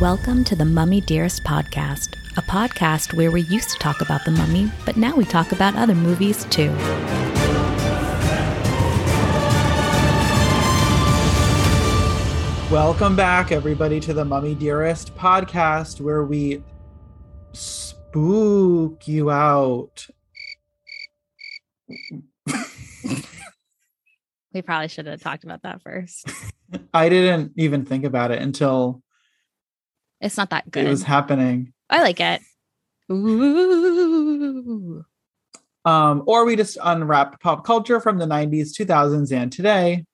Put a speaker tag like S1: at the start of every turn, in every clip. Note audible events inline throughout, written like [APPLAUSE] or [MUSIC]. S1: Welcome to the Mummy Dearest podcast, a podcast where we used to talk about the mummy, but now we talk about other movies too.
S2: Welcome back, everybody, to the Mummy Dearest podcast, where we spook you out.
S3: We probably should have talked about that
S1: [LAUGHS]
S3: first.
S2: I didn't even think about it until
S3: It's not that
S2: it
S3: good.
S2: was happening.
S3: I like it. Ooh.
S2: Um, or we just unwrapped pop culture from the 90s, 2000s, and today.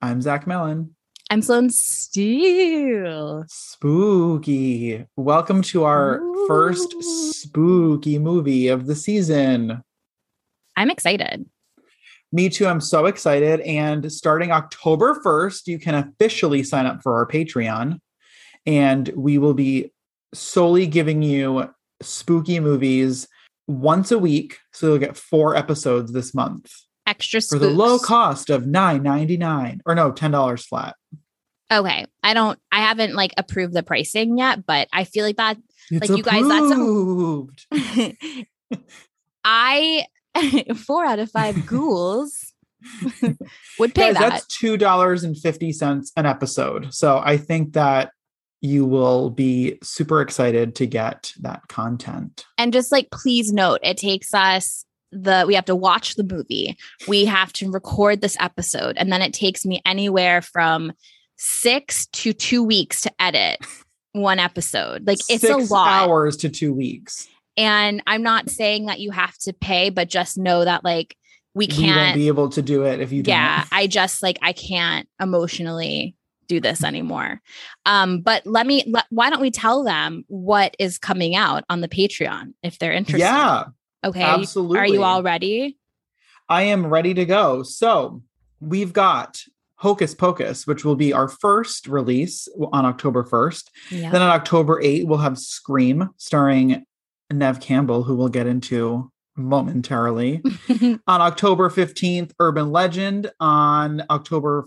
S2: I'm Zach Mellon.
S3: I'm Sloan Steele.
S2: Spooky. Welcome to our first
S3: Ooh.
S2: spooky movie of the season.
S3: I'm excited.
S2: Me too. I'm so excited. And starting October 1st, you can officially sign up for our Patreon. And we will be solely giving you spooky movies once a week. So you'll get four episodes this month
S3: Extra
S2: for
S3: spooks.
S2: the low cost of $9.99 or no, $10 flat.
S3: Okay. I don't I haven't like approved the pricing yet, but I feel like
S2: [LAUGHS]
S3: that
S2: It's
S3: Like, you guys, that's a-
S2: approved.
S3: I [LAUGHS] four out of five
S2: [LAUGHS]
S3: ghouls would pay
S2: Guys,
S3: that.
S2: That's two dollars and fifty cents an episode. So I think that you will be super excited to get that content.
S3: And just like, please note, it takes us the we have to watch the movie, we have to record this episode, and then it takes me anywhere from six to two weeks to edit one episode. Like, it's
S2: Six
S3: a lot.
S2: hours to two weeks.
S3: And I'm not saying that you have to pay, but just know that like we
S2: We won't
S3: can't.
S2: be able to do it if you don't.
S3: yeah, I just like I can't emotionally do this anymore. Um, but let me. Let, why don't we tell them what is coming out on the Patreon if they're interested?
S2: yeah,
S3: Okay.
S2: absolutely.
S3: Are you all ready?
S2: I am ready to go. So we've got Hocus Pocus, which will be our first release on October first.
S3: Yeah.
S2: Then on October 8, we'll have Scream starring Nev Campbell, who we'll get into momentarily. on October 15th, Urban Legend. On October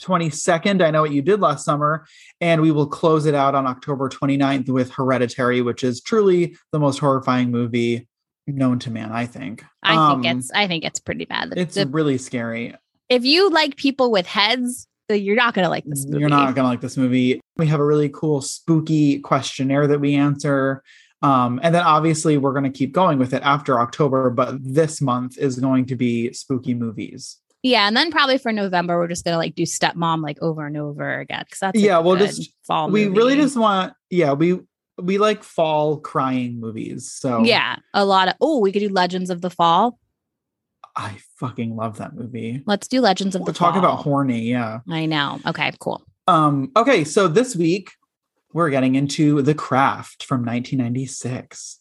S2: 22nd, I Know What You Did Last Summer. And we will close it out on October 29th with Hereditary, which is truly the most horrifying movie known to man, I think.
S3: [LAUGHS] I
S2: Um,
S3: think it's I think it's pretty bad. The-
S2: it's
S3: the-
S2: really scary.
S3: if you like people with heads, then you're not gonna like this movie.
S2: You're not gonna like this movie. We have a really cool spooky questionnaire that we answer. Um, and then obviously we're gonna keep going with it after October, but this month is going to be spooky movies.
S3: [LAUGHS] yeah, and then probably for November, we're just gonna like do stepmom like over and over again because that's a
S2: Yeah, we'll
S3: good
S2: just-
S3: fall.
S2: we really
S3: movie.
S2: just want, yeah, we we like fall crying movies. So
S3: yeah a lot of oh we could do Legends of the Fall.
S2: I fucking love that movie.
S3: Let's do Legends of
S2: We'll
S3: the
S2: talk
S3: Fall.
S2: about horny, yeah.
S3: I know. Okay, cool.
S2: Um, okay, so this week we're getting into The Craft from 1996.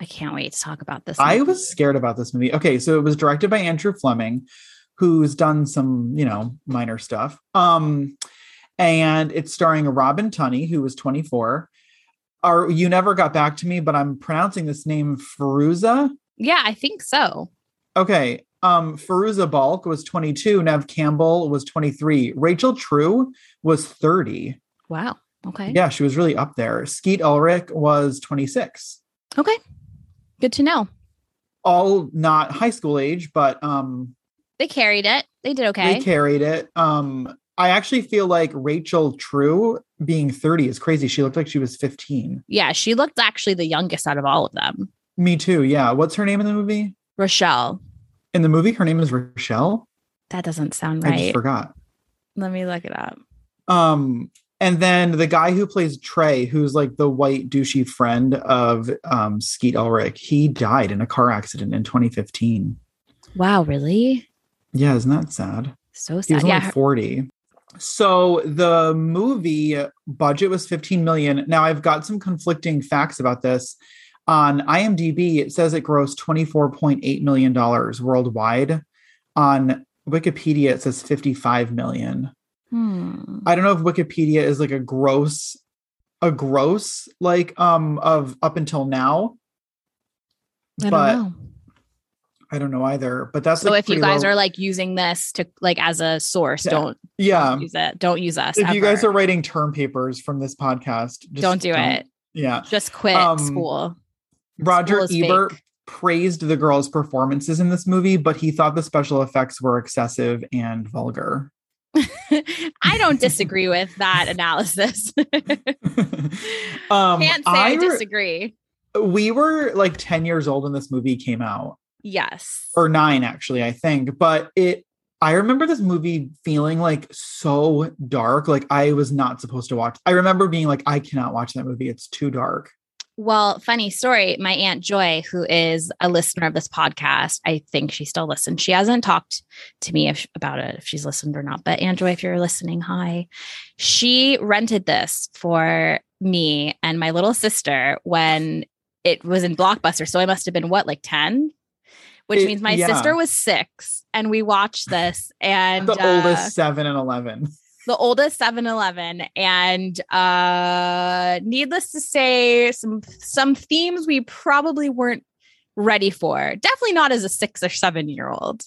S3: I can't wait to talk about this.
S2: I
S3: movie.
S2: was scared about this movie. Okay, so it was directed by Andrew Fleming, who's done some, you know, minor stuff. Um, and it's starring Robin Tunney, who was 24. Or you never got back to me, but I'm pronouncing this name Feruza.
S3: yeah, I think so.
S2: Okay. Um, Feruza Balk was 22. Nev Campbell was 23. Rachel True was 30.
S3: Wow. Okay.
S2: Yeah, she was really up there. Skeet Ulrich was 26.
S3: Okay. Good to know.
S2: All not high school age, but um,
S3: They carried it. They did okay.
S2: They carried it. Um, I actually feel like Rachel True being 30 is crazy. She looked like she was 15.
S3: yeah, she looked actually the youngest out of all of them.
S2: Me too. Yeah. What's her name in the movie?
S3: Rochelle.
S2: In the movie, her name is Rochelle.
S3: That doesn't sound
S2: I just
S3: right.
S2: forgot.
S3: Let me look it up.
S2: Um, and then the guy who plays Trey, who's like the white douchey friend of um, Skeet Ulrich, he died in a car accident in 2015.
S3: Wow, really?
S2: Yeah, isn't that sad?
S3: So
S2: He was
S3: sad.
S2: only
S3: Yeah, her-
S2: 40. So the movie budget was 15 million. Now I've got some conflicting facts about this. On IMDb, it says it grossed 24.8 million dollars worldwide. On Wikipedia, it says 55 million.
S3: hmm.
S2: I don't know if Wikipedia is like a gross, a gross like um of up until now.
S3: I don't
S2: but
S3: know.
S2: I don't know either, but that's
S3: So
S2: like,
S3: if you
S2: pretty
S3: guys
S2: low-
S3: are like using this to like as a source,
S2: Yeah.
S3: don't
S2: yeah,
S3: use it. Don't use us.
S2: if you guys
S3: ever.
S2: are writing term papers from this podcast, just
S3: don't do it.
S2: Yeah,
S3: Just quit
S2: Um,
S3: school. [LAUGHS]
S2: Roger
S3: School is
S2: Ebert
S3: fake.
S2: praised the girls' performances in this movie, but he thought the special effects were excessive and vulgar. [LAUGHS]
S3: I don't disagree with that analysis. [LAUGHS]
S2: um,
S3: Can't say I,
S2: I re-
S3: disagree.
S2: we were like 10 years old when this movie came out,
S3: Yes.
S2: or nine, actually, I think. But it, I remember this movie feeling like so dark. Like I was not supposed to watch. I remember being like, I cannot watch that movie. It's too dark.
S3: Well, funny story. My Aunt Joy, who is a listener of this podcast, I think she still listens. She hasn't talked to me if, about it, if she's listened or not. But Aunt Joy, if you're listening, hi. She rented this for me and my little sister when it was in Blockbuster. So I must have been what, like 10? Which
S2: It-
S3: means my
S2: yeah.
S3: sister was six and we watched this. And
S2: the
S3: uh,
S2: oldest seven and 11.
S3: the oldest 7-Eleven and uh needless to say some some themes we probably weren't ready for. Definitely not as a 6 or 7 year old.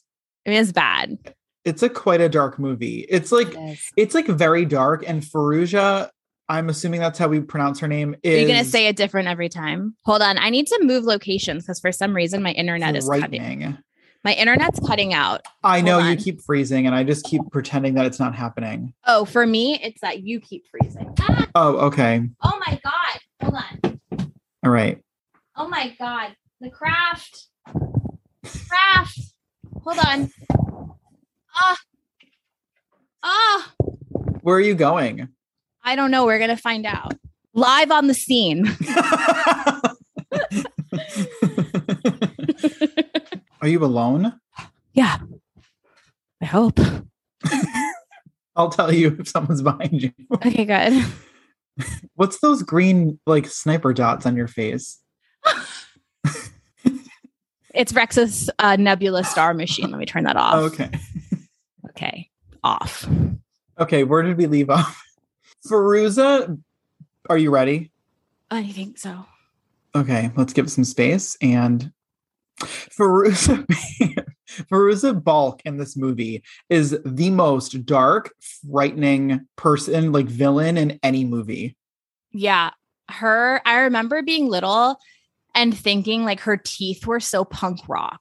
S3: I mean it's bad.
S2: It's a quite a dark movie. It's like it's like very dark and Faruja, I'm assuming that's how we pronounce her name.
S3: Are
S2: Is
S3: you going to say it different every time? Hold on. I need to move locations because for some reason my internet is cutting.
S2: frightening.
S3: My internet's cutting out.
S2: I know
S3: Hold
S2: you
S3: on.
S2: keep freezing, and I just keep pretending that it's not happening.
S3: Oh, for me, it's that you keep freezing. Ah,
S2: Oh, okay,
S3: oh my God. Hold on.
S2: all right.
S3: Oh my God. The craft. Craft. Hold on. Ah. Ah.
S2: Where are you going?
S3: I don't know. We're going to find out. Live on the scene.
S2: are you alone?
S3: Yeah. I hope.
S2: I'll tell you if someone's behind you.
S3: [LAUGHS] Okay, good.
S2: What's those green like sniper dots on your face?
S3: It's Rex's uh, Nebula Star Machine. Let me turn that off.
S2: Okay.
S3: Okay. Off.
S2: Okay, where did we leave off? Feruza, are you ready?
S3: I think so.
S2: Okay, let's give it some space. And Feruza, [LAUGHS] Feruza Balk in this movie is the most dark, frightening person, like villain in any movie.
S3: Yeah. Her, I remember being little and thinking like her teeth were so punk rock.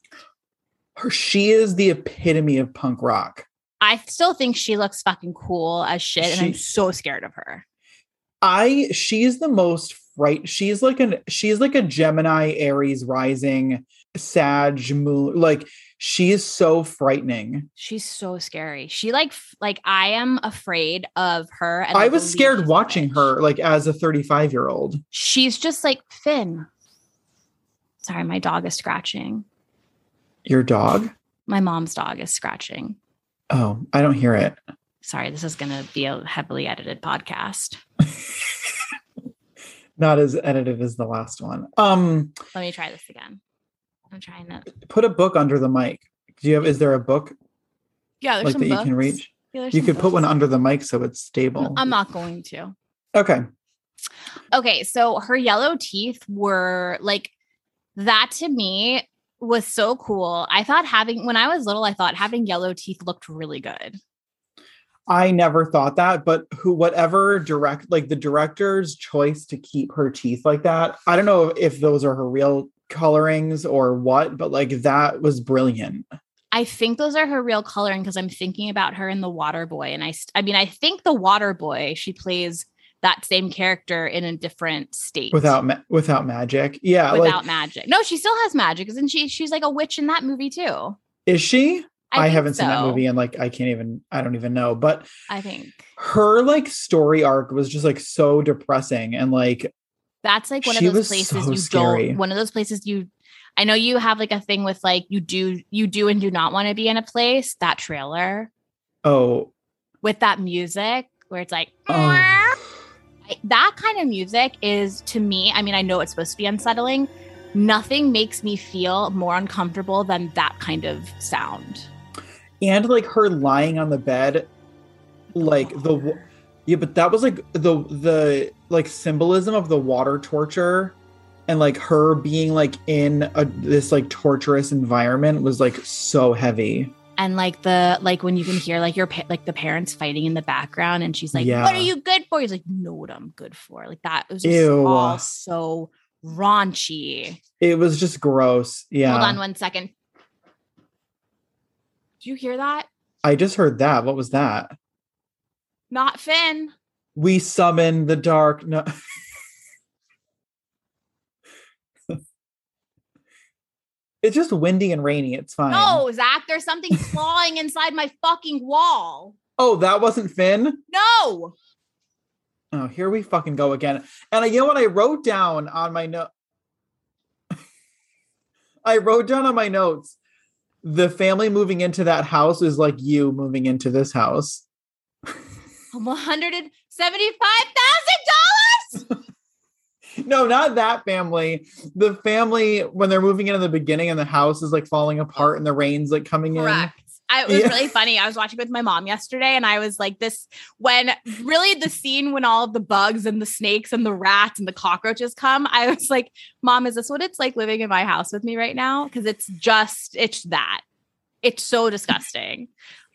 S2: Her, she is the epitome of punk rock.
S3: I still think she looks fucking cool as shit, and I'm
S2: She-
S3: so scared of her.
S2: I she's the most fright. She's like an she's like a Gemini, Aries, rising, Sag, moon. Like she is so frightening.
S3: She's so scary. She like f- like I am afraid of her. And
S2: I
S3: like,
S2: was
S3: believe
S2: scared
S3: she's a
S2: watching
S3: witch.
S2: her, like as a thirty-five year old.
S3: She's just like Finn. Sorry, my dog is scratching.
S2: Your dog.
S3: My mom's dog is scratching.
S2: Oh, I don't hear it.
S3: Sorry, this is gonna be a heavily edited podcast.
S2: Not as edited as the last one. Um,
S3: Let me try this again. I'm trying to.
S2: put a book under the mic. Do you have? Is there a book
S3: Yeah, there's
S2: like
S3: some
S2: that you
S3: books.
S2: can reach?
S3: Yeah, there's
S2: You
S3: some
S2: could put
S3: books.
S2: one under the mic so it's stable.
S3: I'm not going to.
S2: okay.
S3: Okay, so her yellow teeth were like that to me was so cool. I thought having when I was little, I thought having yellow teeth looked really good.
S2: I never thought that, but who, whatever direct, like the director's choice to keep her teeth like that. I don't know if those are her real colorings or what, but like that was brilliant.
S3: I think those are her real coloring because I'm thinking about her in The Water Boy, and I st- I mean I think The Water Boy she plays that same character in a different state
S2: Without ma- without magic, yeah.
S3: without
S2: like,
S3: magic. No, she still has magic, isn't she? She's like a witch in that movie too.
S2: is she? I,
S3: think
S2: haven't seen that
S3: so.
S2: movie, and like I can't even. I don't even know, but
S3: I think
S2: her like story arc was just like so depressing and like
S3: That's like one
S2: She
S3: of those
S2: was
S3: places
S2: so
S3: you
S2: scary.
S3: don't. One of those places you. I know you have like a thing with like you do you do and do not want to be in a place. That trailer
S2: oh
S3: with that music where it's like
S2: oh
S3: I- that kind of music is to me. I mean, I know it's supposed to be unsettling. Nothing makes me feel more uncomfortable than that kind of sound.
S2: and like her lying on the bed like the wa- yeah but that was like the the like symbolism of the water torture and like her being like in a, this like torturous environment was like so heavy.
S3: and like the like when you can hear like your pa- like the parents fighting in the background and she's like
S2: Yeah.
S3: what are you good for he's like know what i'm good for like that it was just
S2: Ew.
S3: all so raunchy
S2: It was just gross. Yeah.
S3: hold on one second do you hear that
S2: I just heard that. What was that?
S3: not finn
S2: We summon the dark. No. [LAUGHS] it's just windy and rainy. It's fine.
S3: no zach there's
S2: [LAUGHS]
S3: something clawing inside my fucking wall
S2: Oh, that wasn't Finn.
S3: no
S2: Oh, here we fucking go again. And I- you know what I wrote down on my note? [LAUGHS] I wrote down on my notes the family moving into that house is like you moving into this house.
S3: $175000
S2: No, not that family. The family when they're moving in in the beginning and the house is like falling apart and the rain's like coming in.
S3: Correct. I, it was
S2: Yeah.
S3: really funny. I was watching with my mom yesterday, and I was like, "This when really the scene when all of the bugs and the snakes and the rats and the cockroaches come." I was like, "Mom, is this what it's like living in my house with me right now?" Because it's just it's that. It's so disgusting.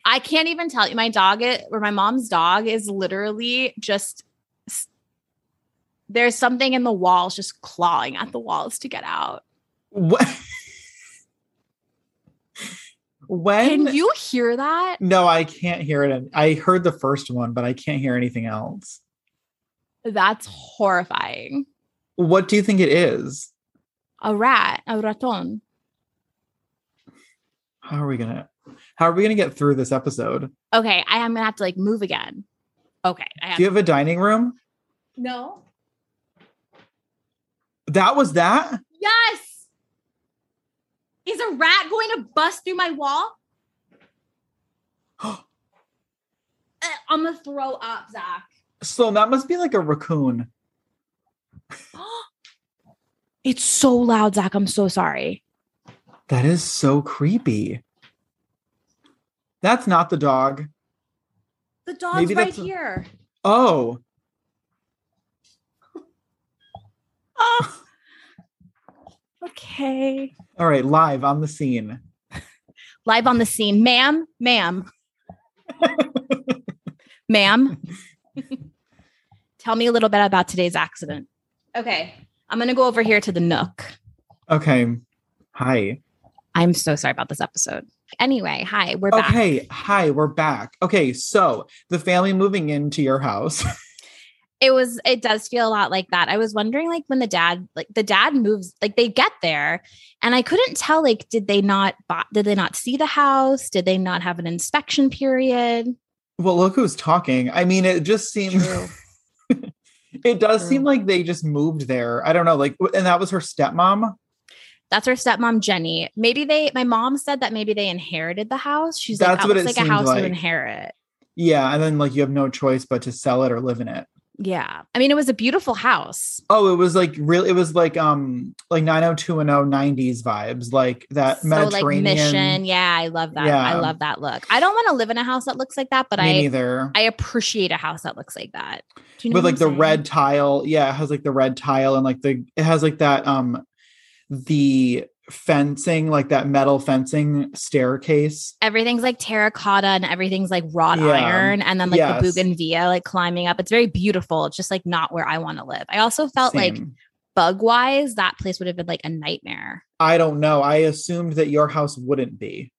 S3: I can't even tell you. My dog, i- or my mom's dog, is literally just s- there's something in the walls, just clawing at the walls to get out.
S2: What? [LAUGHS] when
S3: Can you hear that?
S2: No, I can't hear it. I heard the first one, but I can't hear anything else.
S3: That's horrifying.
S2: What do you think it is?
S3: a rat, a raton.
S2: How are we gonna how are we gonna get through this episode?
S3: Okay, I am gonna have to like move again. Okay, I have
S2: Do you have a dining room?
S3: no.
S2: That was that?
S3: Yes, is a rat going to bust through my wall? Eh, I'm gonna throw up, Zach.
S2: Sloan, that must be like a raccoon.
S3: [GASPS] it's so loud, Zach. I'm so sorry.
S2: That is so creepy. That's not the dog.
S3: The dog's
S2: Maybe
S3: right
S2: that's a-
S3: here.
S2: Oh,
S3: Oh. [GASPS] okay.
S2: all right, live on the scene.
S3: Live on the scene, ma'am, ma'am, ma'am. Tell me a little bit about today's accident. Okay, I'm gonna go over here to the nook.
S2: Okay. Hi.
S3: I'm so sorry about this episode. Anyway, hi, we're back.
S2: Okay. Hi, we're back. Okay, so the family moving into your house. [LAUGHS]
S3: It was it does feel a lot like that. I was wondering like when the dad like the dad moves like they get there and I couldn't tell like did they not buy, did they not see the house? Did they not have an inspection period?
S2: well, look who's talking. I mean, it just seems it does
S3: True.
S2: seem like they just moved there. I don't know, like and that was her stepmom.
S3: That's her stepmom Jenny. Maybe they my mom said that maybe they inherited the house. She's
S2: That's
S3: like that
S2: what
S3: looks like
S2: it
S3: a
S2: seemed
S3: house
S2: like.
S3: you inherit.
S2: Yeah, and then like you have no choice but to sell it or live in it.
S3: Yeah. I mean it was a beautiful house.
S2: Oh, it was like real. It was like um like 90210 90s vibes, like that Mediterranean.
S3: So like mission. Yeah, I love that. I
S2: Yeah.
S3: love that look. I don't want to live in a house that looks like that, but
S2: Me
S3: I
S2: neither.
S3: I appreciate a house that looks like that. Do you know what
S2: but like
S3: I'm
S2: the
S3: saying?
S2: red tile, yeah, it has like the red tile and like the it has like that um the fencing, like that metal fencing staircase.
S3: Everything's like terracotta and everything's like wrought
S2: Yeah.
S3: iron, and then like
S2: Yes.
S3: the bougainvillea like climbing up. It's very beautiful. It's just like not where I want to live. I also felt like
S2: Same.
S3: bug wise, that place would have been like a nightmare.
S2: I don't know. I assumed that your house wouldn't be,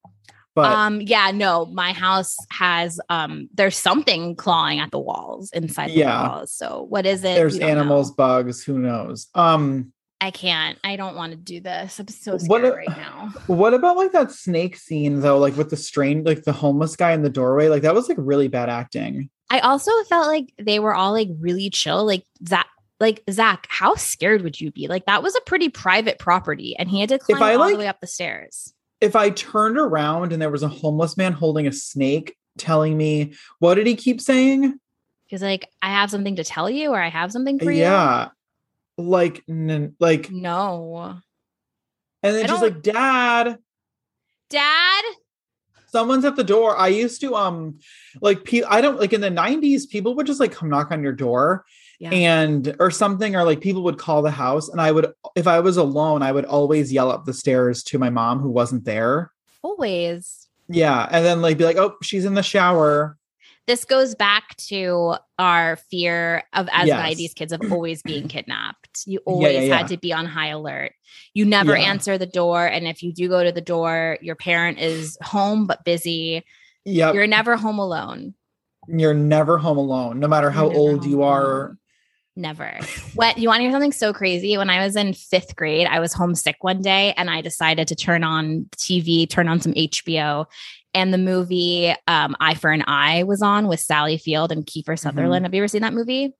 S2: but
S3: um, yeah, no, my house has um, there's something clawing at the walls inside
S2: Yeah.
S3: the walls. So what is it?
S2: there's
S3: We don't know.
S2: animals, bugs, who knows? Um,
S3: I can't. I don't want to do this. I'm so scared
S2: What a-
S3: right now.
S2: what about like that snake scene though? Like with the strain, like the homeless guy in the doorway, like that was like really bad acting.
S3: I also felt like they were all like really chill. Like Zach, like Zach, how scared would you be? Like that was a pretty private property, and he had to climb
S2: I,
S3: all
S2: like-
S3: the way up the stairs.
S2: If I turned around and there was a homeless man holding a snake telling me, what did he keep saying?
S3: He's like, I have something to tell you, or I have something for you.
S2: Yeah. Like, n- like, and
S3: No,
S2: then
S3: I
S2: she's
S3: don't-
S2: like, Dad,
S3: Dad.
S2: someone's at the door. I used to, um, like, pe- I don't like in the 90s, people would just like come knock on your door
S3: Yeah.
S2: and or something or like people would call the house and i would if i was alone i would always yell up the stairs to my mom who wasn't there
S3: Always.
S2: yeah and then like be like oh she's in the shower
S3: This goes back to our fear of as
S2: Yes.
S3: 90s kids of always
S2: [CLEARS THROAT]
S3: being kidnapped. You
S2: Yeah, yeah,
S3: always
S2: yeah.
S3: had to be on high alert. You never
S2: Yeah.
S3: answer the door. And if you do go to the door, your parent is home but busy.
S2: yep you're,
S3: You're never home alone.
S2: never home alone no matter how
S3: You're never
S2: old
S3: home
S2: you are
S3: alone. Never. What you want to hear something so crazy? When I was in fifth grade, I was homesick one day and I decided to turn on TV, turn on some HBO, and the movie um, Eye for an Eye was on with Sally Field and
S2: Mm-hmm.
S3: Kiefer Sutherland. Have you ever seen that movie?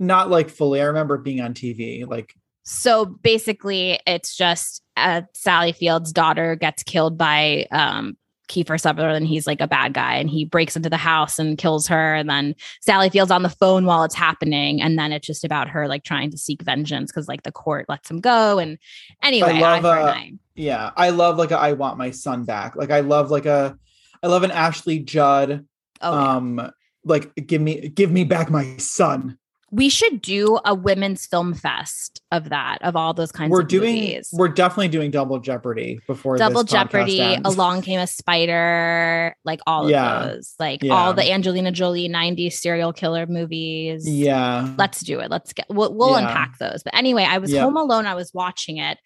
S2: not like fully i remember it being on tv like
S3: So basically, it's just uh, Sally Field's daughter gets killed by um, Kiefer Sutherland. He's like a bad guy, and he breaks into the house and kills her. And then Sally Field's on the phone while it's happening, and then it's just about her like trying to seek vengeance because like the court lets him go. And anyway, eye
S2: love,
S3: for an
S2: uh,
S3: eye.
S2: yeah i love like a, i want my son back like i love like a i love an ashley judd
S3: Oh, yeah.
S2: um like give me give me back my son
S3: we should do a women's film fest of that of all those kinds.
S2: we're
S3: of
S2: doing
S3: movies.
S2: we're definitely doing double jeopardy before this
S3: Double
S2: podcast
S3: Jeopardy,
S2: ends.
S3: Along Came a Spider, like all
S2: Yeah.
S3: of those, like
S2: Yeah.
S3: all the Angelina Jolie 90s serial killer movies.
S2: yeah
S3: Let's do it. Let's get, we'll, we'll
S2: Mm-hmm. Yeah.
S3: unpack those. But anyway, I was
S2: Yep.
S3: home alone. I was watching it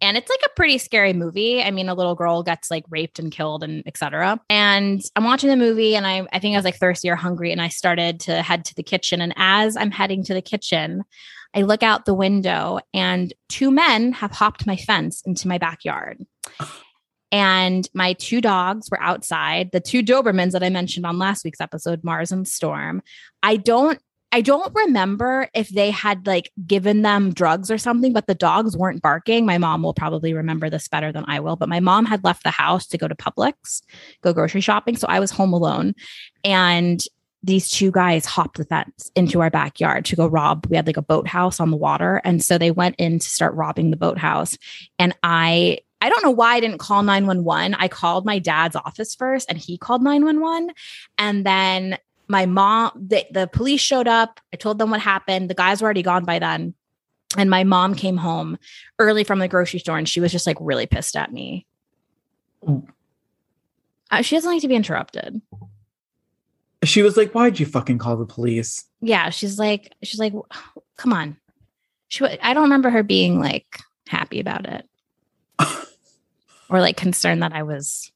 S3: and it's like a pretty scary movie. I mean, a little girl gets like raped and killed and etc. And I'm watching the movie and I, I think I was like thirsty or hungry and I started to head to the kitchen. And as I'm heading to the kitchen, I look out the window and two men have hopped my fence into my backyard. And my two dogs were outside, the two Dobermans that I mentioned on last week's episode, Mars and Storm. I don't I don't remember if they had like given them drugs or something, but the dogs weren't barking. My mom will probably remember this better than I will, but my mom had left the house to go to Publix, go grocery shopping, so I was home alone. And these two guys hopped the fence into our backyard to go rob. We had like a boathouse on the water. And so they went in to start robbing the boathouse. And I, I don't know why I didn't call 911. I called my dad's office first and he called 911. And then my mom, the, the police showed up. I told them what happened. The guys were already gone by then. And my mom came home early from the grocery store and she was just like really pissed at me.
S2: Mm.
S3: Uh, she doesn't like to be interrupted.
S2: she was like why'd you fucking call the police
S3: yeah, she's like, she's like, come on. She, wa- I don't remember her being like happy about it, or like concerned that I was.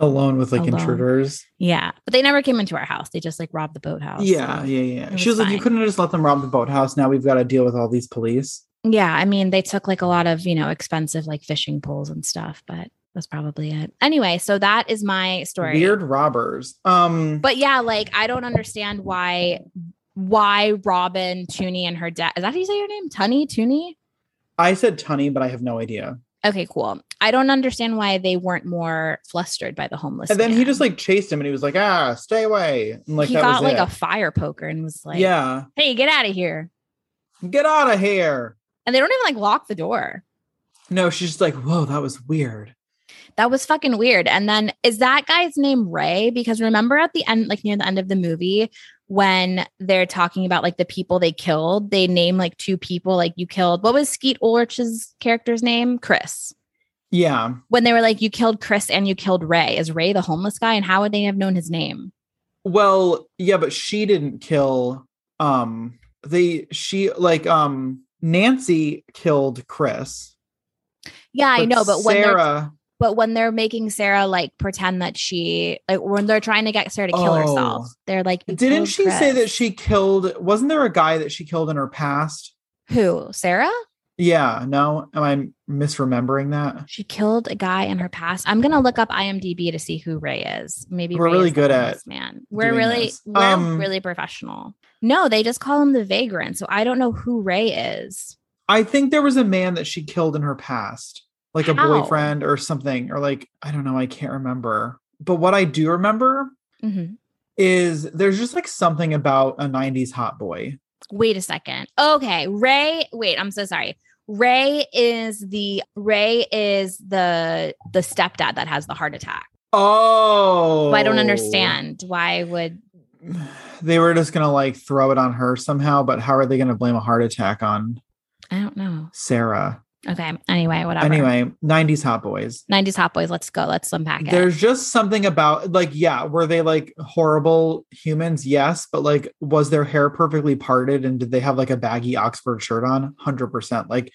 S2: alone with like
S3: Alone.
S2: intruders
S3: Yeah, but they never came into our house. They just like robbed the boathouse.
S2: yeah
S3: So-
S2: yeah yeah
S3: It
S2: she
S3: was
S2: was like you
S3: fine.
S2: couldn't have just let them rob the boathouse now we've got to deal with all these police
S3: yeah. I mean, they took like a lot of you know expensive like fishing poles and stuff, but that's probably it. Anyway, so that is my story.
S2: weird robbers um
S3: but yeah, like I don't understand why why Robin Tooney and her dad is that how you say your name? Tunney Tooney.
S2: i said tunny but i have no idea
S3: Okay, cool. I don't understand why they weren't more flustered by the homeless.
S2: and then he
S3: man.
S2: just like chased him and he was like ah stay away and like
S3: he
S2: that
S3: got
S2: was
S3: like
S2: it.
S3: a fire poker and was like,
S2: yeah
S3: hey, get out of here!"
S2: get out of here
S3: And they don't even like lock the door.
S2: no she's just like whoa that was weird
S3: That was fucking weird. And then is that guy's name Ray? Because remember at the end, like near the end of the movie, when they're talking about like the people they killed, they name like two people. Like you killed what was Skeet Ulrich's character's name? Chris.
S2: yeah
S3: When they were like, "You killed Chris and you killed Ray," is Ray the homeless guy? And how would they have known his name?
S2: Well, yeah, but she didn't kill um they she like um Nancy killed Chris.
S3: Yeah, I know, but when they're
S2: Sarah
S3: But when they're making Sarah like pretend that she like when they're trying to get Sarah to kill
S2: Oh.
S3: herself, they're like, "You
S2: didn't
S3: killed
S2: she say
S3: Chris."
S2: that she killed wasn't there a guy that she killed in her past?
S3: who Sarah?
S2: Yeah, no. Am I misremembering that?
S3: She killed a guy in her past. I'm gonna look up IMDb to see who Ray is. Maybe
S2: We're
S3: Ray
S2: really
S3: is the
S2: good
S3: homeless
S2: at
S3: man. We're
S2: doing
S3: really
S2: this.
S3: we're
S2: Um,
S3: really professional. No, they just call him the vagrant. So I don't know who Ray is.
S2: I think there was a man that she killed in her past, like a
S3: How?
S2: boyfriend or something, or like I don't know, I can't remember. But what I do remember
S3: Mhm.
S2: is there's just like something about a 90s hot boy.
S3: Wait a second. Okay, Ray. Wait, I'm so sorry. Ray is the Ray is the the stepdad that has the heart attack.
S2: Oh,
S3: Well, I don't understand why would
S2: they were just gonna like throw it on her somehow, but how are they gonna blame a heart attack on
S3: I don't know.
S2: Sarah?
S3: Okay. Anyway, whatever.
S2: Anyway, 90s hot boys.
S3: 90s Hot Boys, let's go. Let's unpack it.
S2: There's just something about like, yeah, were they like horrible humans? Yes, but like, was their hair perfectly parted and did they have like a baggy Oxford shirt on? 100%. Like,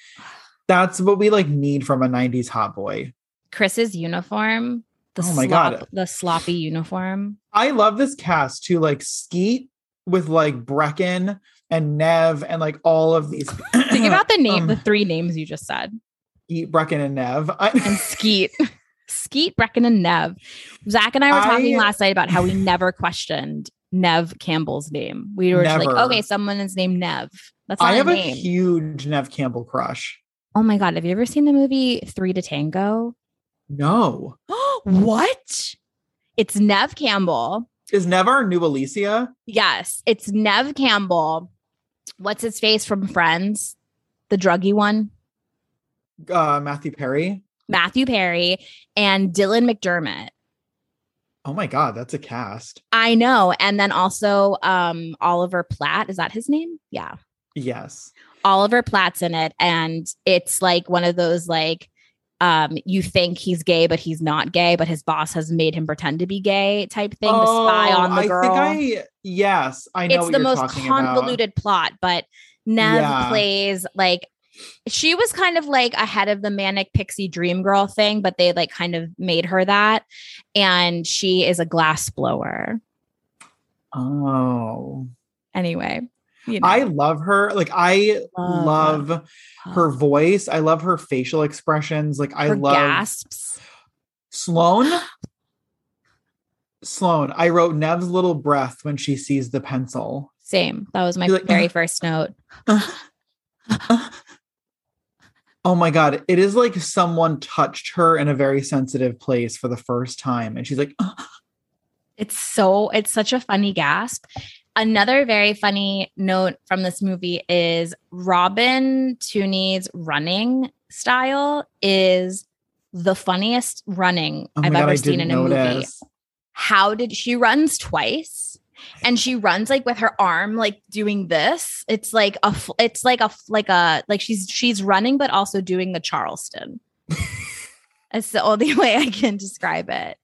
S2: that's what we like need from a 90s hot boy.
S3: Chris's uniform. The
S2: Oh my
S3: slop-
S2: God.
S3: The sloppy uniform.
S2: I love this cast too, like Skeet with like Brecken and Nev and like all of these.
S3: [CLEARS THROAT]
S2: [LAUGHS]
S3: Think about
S2: [CLEARS THROAT]
S3: the name,
S2: Um,
S3: the three names you just said.
S2: Eat Brecken and Nev. I, [LAUGHS]
S3: and Skeet. [LAUGHS] Skeet, Brecken, and Nev. Zach and I were talking
S2: I-
S3: last night about how
S2: [LAUGHS]
S3: we never questioned Nev Campbell's name. We were just like,
S2: Never.
S3: okay, someone is named Nev. That's not
S2: I have
S3: a
S2: a
S3: name.
S2: huge Nev Campbell crush.
S3: oh my God. Have you ever seen the movie Three to
S2: [GASPS]
S3: Tango?
S2: No.
S3: what? It's Nev Campbell.
S2: Is Nev our new Alicia?
S3: Yes, it's Nev Campbell. What's his face from Friends? The druggy one,
S2: Uh, Matthew Perry?
S3: Matthew Perry, and Dylan McDermott.
S2: Oh my God, that's a cast.
S3: I know. And then also um Oliver Platt, is that his name? Yeah.
S2: Yes.
S3: Oliver Platt's in it and it's like one of those like um you think he's gay but he's not gay but his boss has made him pretend to be gay type thing to spy on the
S2: Oh, I
S3: girl.
S2: think I, yes, I know
S3: it's
S2: what
S3: the
S2: you're
S3: most
S2: talking
S3: convoluted plot, but Nev
S2: Yeah.
S3: plays like she was kind of like ahead of the manic pixie dream girl thing, but they like kind of made her that. And she is a glass blower.
S2: about. Oh.
S3: Anyway, you know.
S2: I love her. Like, I
S3: Love.
S2: love her voice. I love her facial expressions. Like, I
S3: her
S2: love.
S3: gasps.
S2: Sloan. Sloan, I wrote Nev's little breath when she sees the pencil.
S3: Same. That was my
S2: You're like,
S3: very first note.
S2: Oh my God. It is like someone touched her in a very sensitive place for the first time. And she's like, "Oh
S3: It's so it's such a funny gasp. Another very funny note from this movie is Robin Tooney's running style is the funniest running
S2: oh my
S3: I've
S2: God,
S3: ever
S2: I
S3: seen in
S2: didn't
S3: a movie.
S2: notice.
S3: How did she runs twice? And she runs like with her arm, like doing this. It's like a, f- it's like a, f- like a, like she's she's running, but also doing the Charleston. That's the only way I can describe it.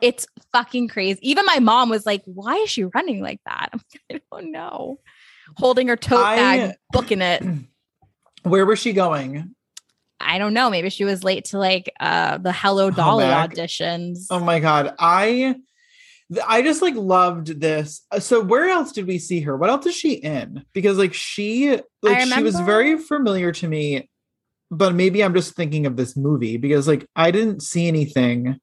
S3: It's fucking crazy. Even my mom was like, "Why is she running like that?" I'm like, I don't know. Holding her tote
S2: I-
S3: bag, booking it.
S2: Where was she going?
S3: I don't know. Maybe she was late to like uh the Hello Dolly
S2: Mac.
S3: auditions.
S2: Oh my God. I. th- I just like loved this. Uh, So where else did we see her? What else is she in? Because like she like she was
S3: remember-
S2: very familiar to me, but maybe I'm just thinking of this movie because like I didn't see anything.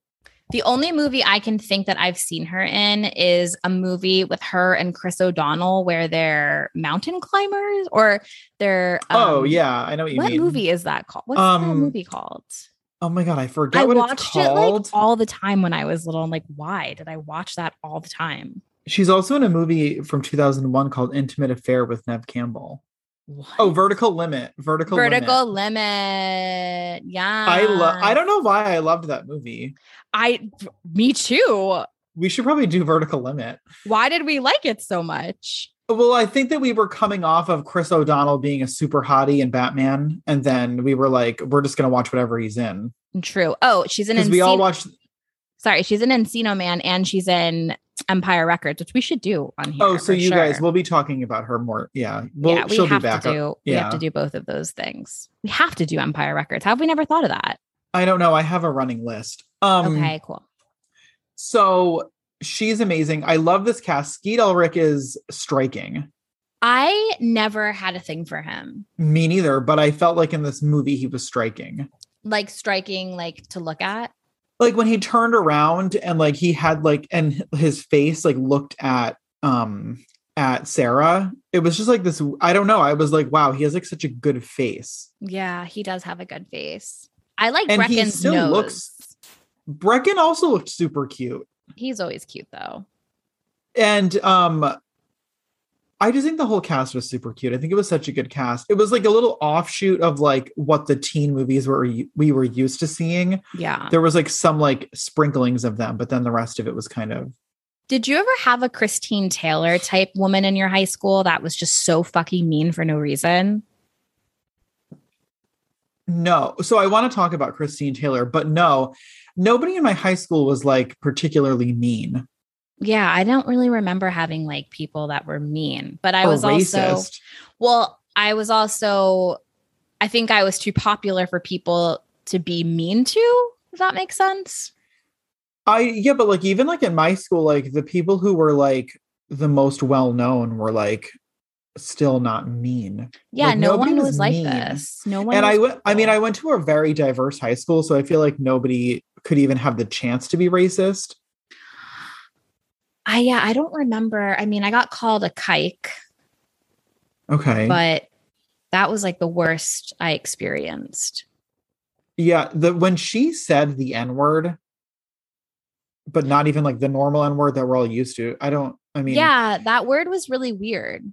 S3: The only movie I can think that I've seen her in is a movie with her and Chris O'Donnell where they're mountain climbers or they're
S2: oh
S3: um,
S2: yeah, I know what you
S3: What
S2: mean.
S3: movie is that called? What's that
S2: Um,
S3: movie called?
S2: Oh my god, I forget
S3: I
S2: what it's
S3: watched it like
S2: called.
S3: all the time when I was little. I'm like, why did I watch that all the time?
S2: She's also in a movie from 2001 called Intimate Affair with Nev Campbell.
S3: What?
S2: Oh, Vertical Limit. Vertical
S3: vertical
S2: Limit.
S3: limit. Yeah,
S2: I love I don't know why I loved that movie.
S3: I, me too.
S2: We should probably do Vertical Limit.
S3: Why did we like it so much?
S2: Well, I think that we were coming off of Chris O'Donnell being a super hottie in Batman, and then we were like, we're just gonna watch whatever he's in.
S3: True. Oh, she's an
S2: Because we all
S3: insane
S2: watched
S3: sorry, she's in Encino Man and she's in Empire Records, which we should do on here.
S2: Oh, so
S3: for
S2: you
S3: sure.
S2: guys we'll be talking about her more. Yeah. Well
S3: yeah, we
S2: she'll
S3: have
S2: be back.
S3: to do. We have to
S2: yeah.
S3: do both of those things. We have to do Empire Records. How have we never thought of that?
S2: I don't know. I have a running list. Um
S3: okay, cool.
S2: So she's amazing. I love this cast. Skeet Ulrich is striking.
S3: I never had a thing for him,
S2: Me neither, but I felt like in this movie he was striking.
S3: like striking, like to look at.
S2: Like when he turned around and like he had like and his face like looked at um at Sarah. It was just like this I don't know. I was like, wow, he has like such a good face.
S3: Yeah, he does have a good face. I like
S2: And he
S3: Brecken's
S2: still
S3: nose.
S2: looks- Brecken also looked super cute.
S3: He's always cute though.
S2: and um i just think the whole cast was super cute i think it was such a good cast it was like a little offshoot of like what the teen movies were we were used to seeing
S3: Yeah.
S2: there was like some like sprinklings of them but then the rest of it was kind of
S3: Did you ever have a Christine Taylor type woman in your high school that was just so fucking mean for no reason?
S2: No. So I want to talk about Christine Taylor, but no, nobody in my high school was like particularly mean
S3: Yeah, I don't really remember having like people that were mean, but I
S2: or
S3: was
S2: Oh, racist.
S3: also well, I was also I think I was too popular for people to be mean to, if that makes sense.
S2: I yeah, but like even like in my school, like the people who were like the most well known were like still not mean.
S3: Yeah,
S2: Like,
S3: no
S2: nobody
S3: one was,
S2: was
S3: like
S2: mean.
S3: this. No one
S2: and
S3: was
S2: I went. I mean,
S3: cool.
S2: I went to a very diverse high school, so I feel like nobody could even have the chance to be racist.
S3: I yeah, I don't remember. I mean, I got called a kike,
S2: Okay.
S3: but that was like the worst I experienced.
S2: yeah, the when she said the N word, but not even like the normal N word that we're all used to. I don't. I mean,
S3: yeah, that word was really weird.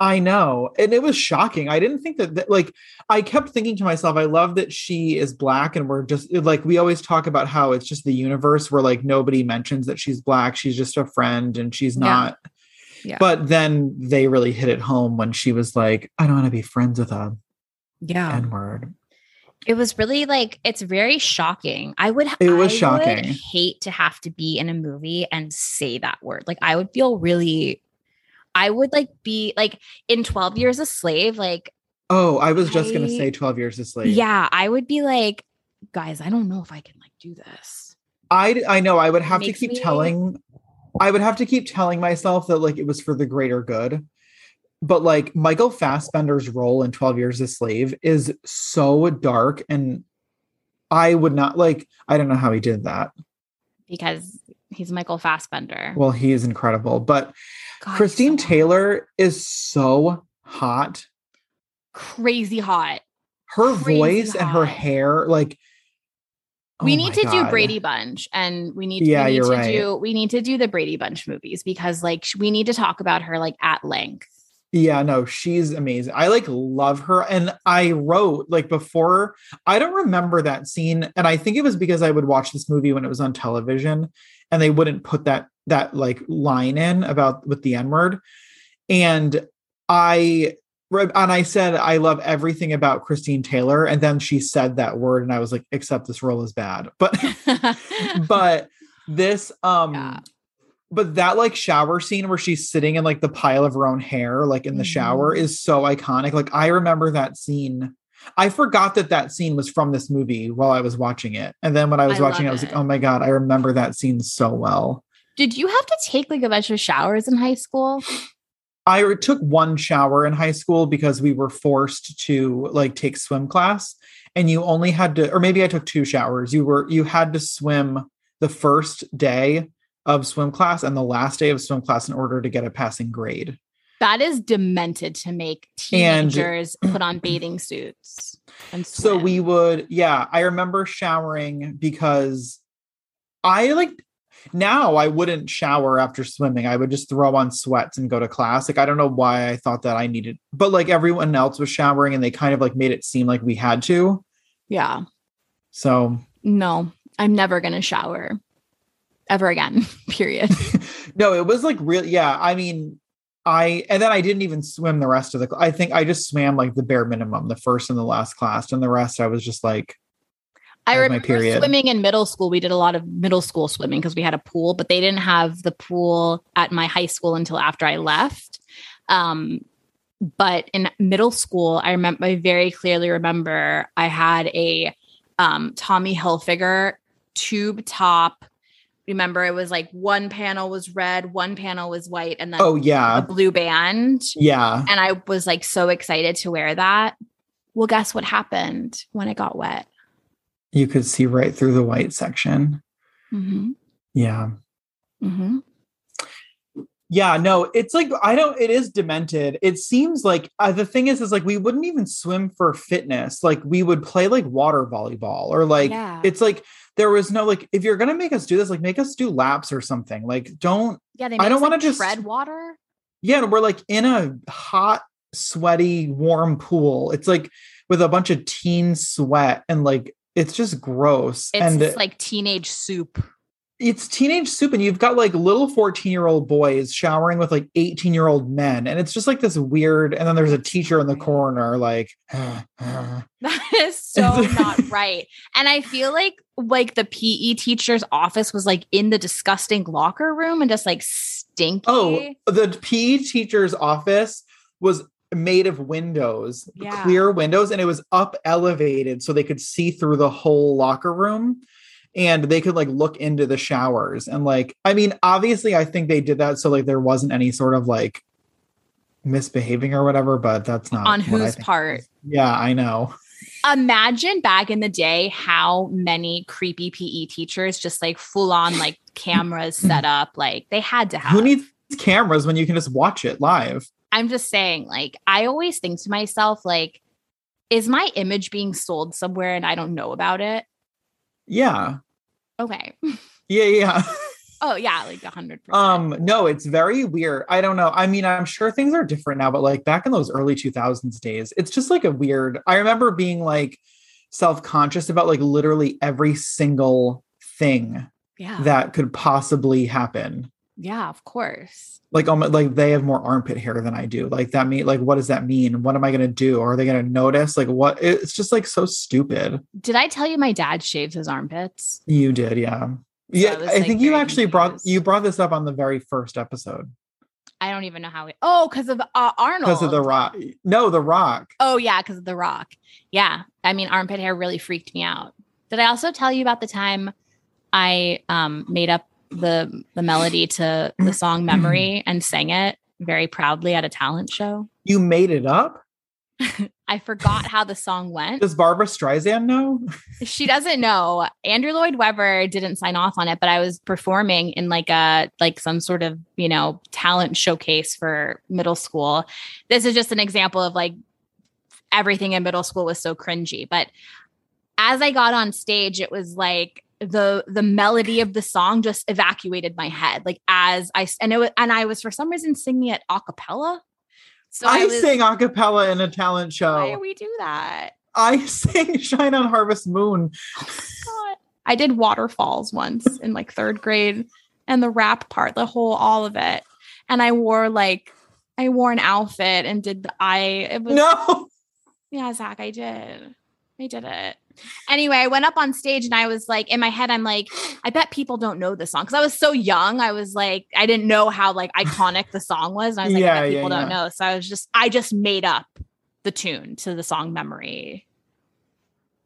S2: I know. And it was shocking. I didn't think that, that- like, I kept thinking to myself, I love that she is black. And we're just like, we always talk about how it's just the universe where like nobody mentions that she's black. She's just a friend and she's
S3: Yeah.
S2: not.
S3: Yeah.
S2: But then they really hit it home when she was like, I don't want to be friends with a
S3: Yeah.
S2: N word.
S3: It was really like it's very shocking. I would
S2: It was
S3: I would
S2: shocking.
S3: hate to have to be in a movie and say that word. Like I would feel really I would like be like in 12 years a slave like
S2: Oh, I was just going
S3: I-
S2: to say 12 years a slave.
S3: yeah, I would be like guys, I don't know if I can like do this.
S2: I, I know. I would have to
S3: Makes
S2: keep
S3: me-
S2: telling, I would have to keep telling myself that like it was for the greater good. but like Michael Fassbender's role in 12 Years a Slave is so dark and I would not like I don't know how he did that.
S3: because he's Michael Fassbender.
S2: Well, he is incredible, but
S3: God,
S2: Christine
S3: so hot.
S2: Taylor is so hot.
S3: crazy hot.
S2: Her
S3: Crazy
S2: voice and her
S3: hot.
S2: hair like
S3: We
S2: oh
S3: need
S2: my
S3: to do
S2: God.
S3: Brady Bunch, and we need,
S2: Yeah,
S3: we need
S2: you're
S3: to
S2: right.
S3: do we need to do the Brady Bunch movies because like sh- we need to talk about her like at length. [LAUGHS]
S2: Yeah, no, she's amazing. I like love her. And I wrote like before, I don't remember that scene. And I think it was because I would watch this movie when it was on television and they wouldn't put that that like line in about with the N-word. And I re- and I said I love everything about Christine Taylor. And then she said that word and I was like, except this role is bad. But [LAUGHS] but this um
S3: Yeah.
S2: but that like shower scene where she's sitting in like the pile of her own hair like in the shower
S3: Mhm.
S2: is so iconic like i remember that scene i forgot that that scene was from this movie while i was watching it and then when i was
S3: I
S2: watching it
S3: love
S2: i was
S3: it.
S2: like oh my god i remember that scene so well
S3: Did you have to take like a bunch of showers in high school?
S2: i re- took one shower in high school because we were forced to like take swim class and you only had to or maybe i took two showers you were you had to swim the first day of swim class and the last day of swim class in order to get a passing grade
S3: That is demented to make
S2: And- [CLEARS THROAT]
S3: teenagers put on bathing suits and
S2: So
S3: swim.
S2: we would, yeah, I remember showering because I like now I wouldn't shower after swimming. I would just throw on sweats and go to class. Like I don't know why I thought that I needed, but like everyone else was showering and they kind of like made it seem like we had to.
S3: yeah
S2: So
S3: no, I'm never gonna shower ever again. [LAUGHS] Period.
S2: no, it was like real. Yeah, I mean, I and then I didn't even swim the rest of the. cl- I think I just swam like the bare minimum, the first and the last class, and the rest I was just like
S3: I
S2: That was my
S3: remember
S2: period.
S3: swimming in middle school. We did a lot of middle school swimming because we had a pool, but they didn't have the pool at my high school until after I left. Um, but in middle school, I remember I very clearly remember I had a um, Tommy Hilfiger tube top. Remember, it was like one panel was red, one panel was white, and then
S2: oh
S3: a
S2: yeah,
S3: blue band.
S2: yeah.
S3: And I was like so excited to wear that. Well, guess what happened when it got wet?
S2: You could see right through the white section.
S3: Mm-hmm.
S2: Yeah.
S3: Mm-hmm.
S2: Yeah, no, it's like I don't. It is demented. It seems like uh, the thing is, is like we wouldn't even swim for fitness. Like we would play like water volleyball or like
S3: Yeah.
S2: it's like there was no like if you're gonna make us do this, like make us do laps or something. Like don't.
S3: Yeah, they.
S2: I
S3: Make
S2: don't
S3: want
S2: wanna
S3: to
S2: just-
S3: tread water.
S2: Yeah, and we're like in a hot, sweaty, warm pool. It's like with a bunch of teen sweat and like it's just gross.
S3: It's
S2: and
S3: just like teenage soup. [LAUGHS]
S2: it's teenage soup and you've got like little 14 year old boys showering with like 18 year old men and it's just like this weird and then there's a teacher in the corner like [SIGHS]
S3: That is
S2: [LAUGHS]
S3: so not right. And I feel like like the PE teacher's office was like in the disgusting locker room and just like stinky.
S2: oh
S3: E?
S2: the pe teacher's office was made of windows
S3: Yeah.
S2: clear windows and it was up elevated so they could see through the whole locker room and they could like look into the showers and like i mean obviously i think they did that so like there wasn't any sort of like misbehaving or whatever but that's not
S3: on
S2: what I
S3: whose
S2: think.
S3: part?
S2: yeah i know
S3: Imagine back in the day how many creepy PE teachers just like full on like
S2: [CLEARS THROAT]
S3: cameras set up. Like they had to have.
S2: Who needs cameras when you can just watch it live?
S3: I'm just saying, like, I always think to myself, like, is my image being sold somewhere and I don't know about it?
S2: Yeah.
S3: Okay.
S2: Yeah, yeah. [LAUGHS]
S3: Oh, yeah, like 100%.
S2: Um, no, it's very weird. I don't know. I mean, I'm sure things are different now, but like back in those early 2000s days, it's just like a weird. I remember being like self-conscious about like literally every single thing
S3: yeah.
S2: that could possibly happen.
S3: yeah, of course.
S2: Like, um, like they have more armpit hair than I do. Like that mean, like what does that mean? What am I gonna do? Are they gonna notice? Like what? It's just like so stupid.
S3: Did I tell you my dad shaves his armpits?
S2: You did, yeah. Yeah,
S3: I
S2: I,
S3: was, like,
S2: think you
S3: very
S2: actually brought
S3: confused.
S2: you brought this up on the very first episode
S3: I don't even know how. We- oh, because of uh, Arnold.
S2: because of the rock. No, the rock.
S3: Oh, yeah, because of The Rock. Yeah. I mean, armpit hair really freaked me out. Did I also tell you about the time I um, made up the the melody to the song
S2: [CLEARS THROAT]
S3: Memory and sang it very proudly at a talent show?
S2: You made it up.
S3: I forgot how the song went.
S2: Does Barbara Streisand know?
S3: She doesn't know. Andrew Lloyd Webber didn't sign off on it, but I was performing in like a like some sort of, you know, talent showcase for middle school. This is just an example of like everything in middle school was so cringy. But as I got on stage, it was like the the melody of the song just evacuated my head. Like as I and it was, and I was for some reason singing it a cappella. So I,
S2: I
S3: was
S2: sang a cappella in a talent
S3: why
S2: show.
S3: do we do that?
S2: I [LAUGHS] sang "Shine on Harvest Moon."
S3: God. I did waterfalls once
S2: [LAUGHS]
S3: in like third grade and the rap part, the whole, all of it. And I wore like, I wore an outfit and did the I, it was,
S2: No,
S3: yeah, Zach, I did. I did it. Anyway, I went up on stage and I was like, in my head, I'm like, I bet people don't know this song because I was so young. I was like, I didn't know how like iconic the song was. And I was like, I
S2: Yeah,
S3: bet
S2: yeah,
S3: people don't
S2: yeah.
S3: know. So I was just, I just made up the tune to the song Memory.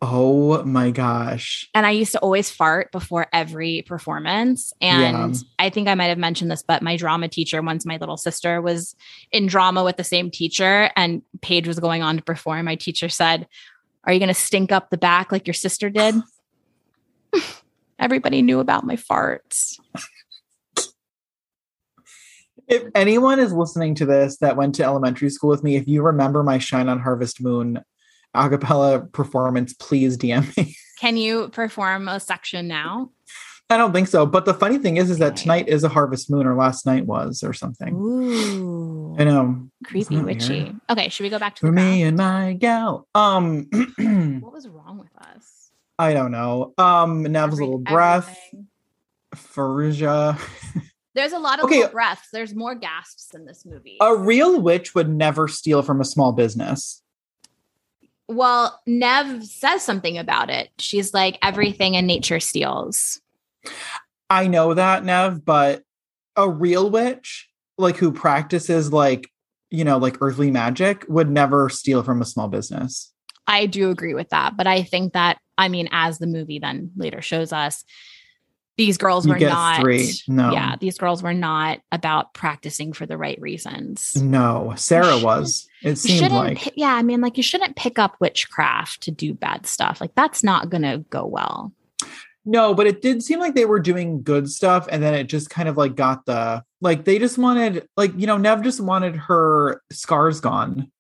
S2: oh my gosh!
S3: and I used to always fart before every performance. And
S2: Yeah.
S3: I think I might have mentioned this, but my drama teacher, once my little sister was in drama with the same teacher, and Paige was going on to perform. My teacher said, Are you going to stink up the back like your sister did? [LAUGHS] Everybody knew about my farts.
S2: If anyone is listening to this that went to elementary school with me, if you remember my "Shine on Harvest Moon" a cappella performance, please DM me.
S3: Can you perform a section now?
S2: I don't think so. But the funny thing is, is that
S3: Okay.
S2: tonight is a harvest moon, or last night was, or something.
S3: Ooh,
S2: I know.
S3: creepy
S2: not
S3: witchy.
S2: weird?
S3: Okay, should we go back to
S2: For
S3: the
S2: me
S3: me
S2: and my gal. Um, [CLEARS THROAT]
S3: What was wrong with us?
S2: I don't know. Um, Nev's
S3: Every-
S2: little breath.
S3: everything.
S2: Faruja.
S3: There's a lot of
S2: Okay. uh,
S3: little breaths. There's more gasps in this movie.
S2: A real witch would never steal from a small business.
S3: well, Nev says something about it. She's like, everything in nature steals.
S2: I know that, Nev, but a real witch, like who practices like, you know, like earthly magic, would never steal from a small business.
S3: I do agree with that. But I think that, I mean, as the movie then later shows us, these girls
S2: You
S3: were
S2: get
S3: not.
S2: three. No.
S3: Yeah, these girls were not about practicing for the right reasons.
S2: No, Sarah
S3: shouldn't-
S2: was. It
S3: You
S2: seemed
S3: shouldn't,
S2: like.
S3: pi- yeah. I mean, like you shouldn't pick up witchcraft to do bad stuff. Like that's not gonna go well.
S2: No, but it did seem like they were doing good stuff, and then it just kind of like got the like they just wanted like you know Nev just wanted her scars gone.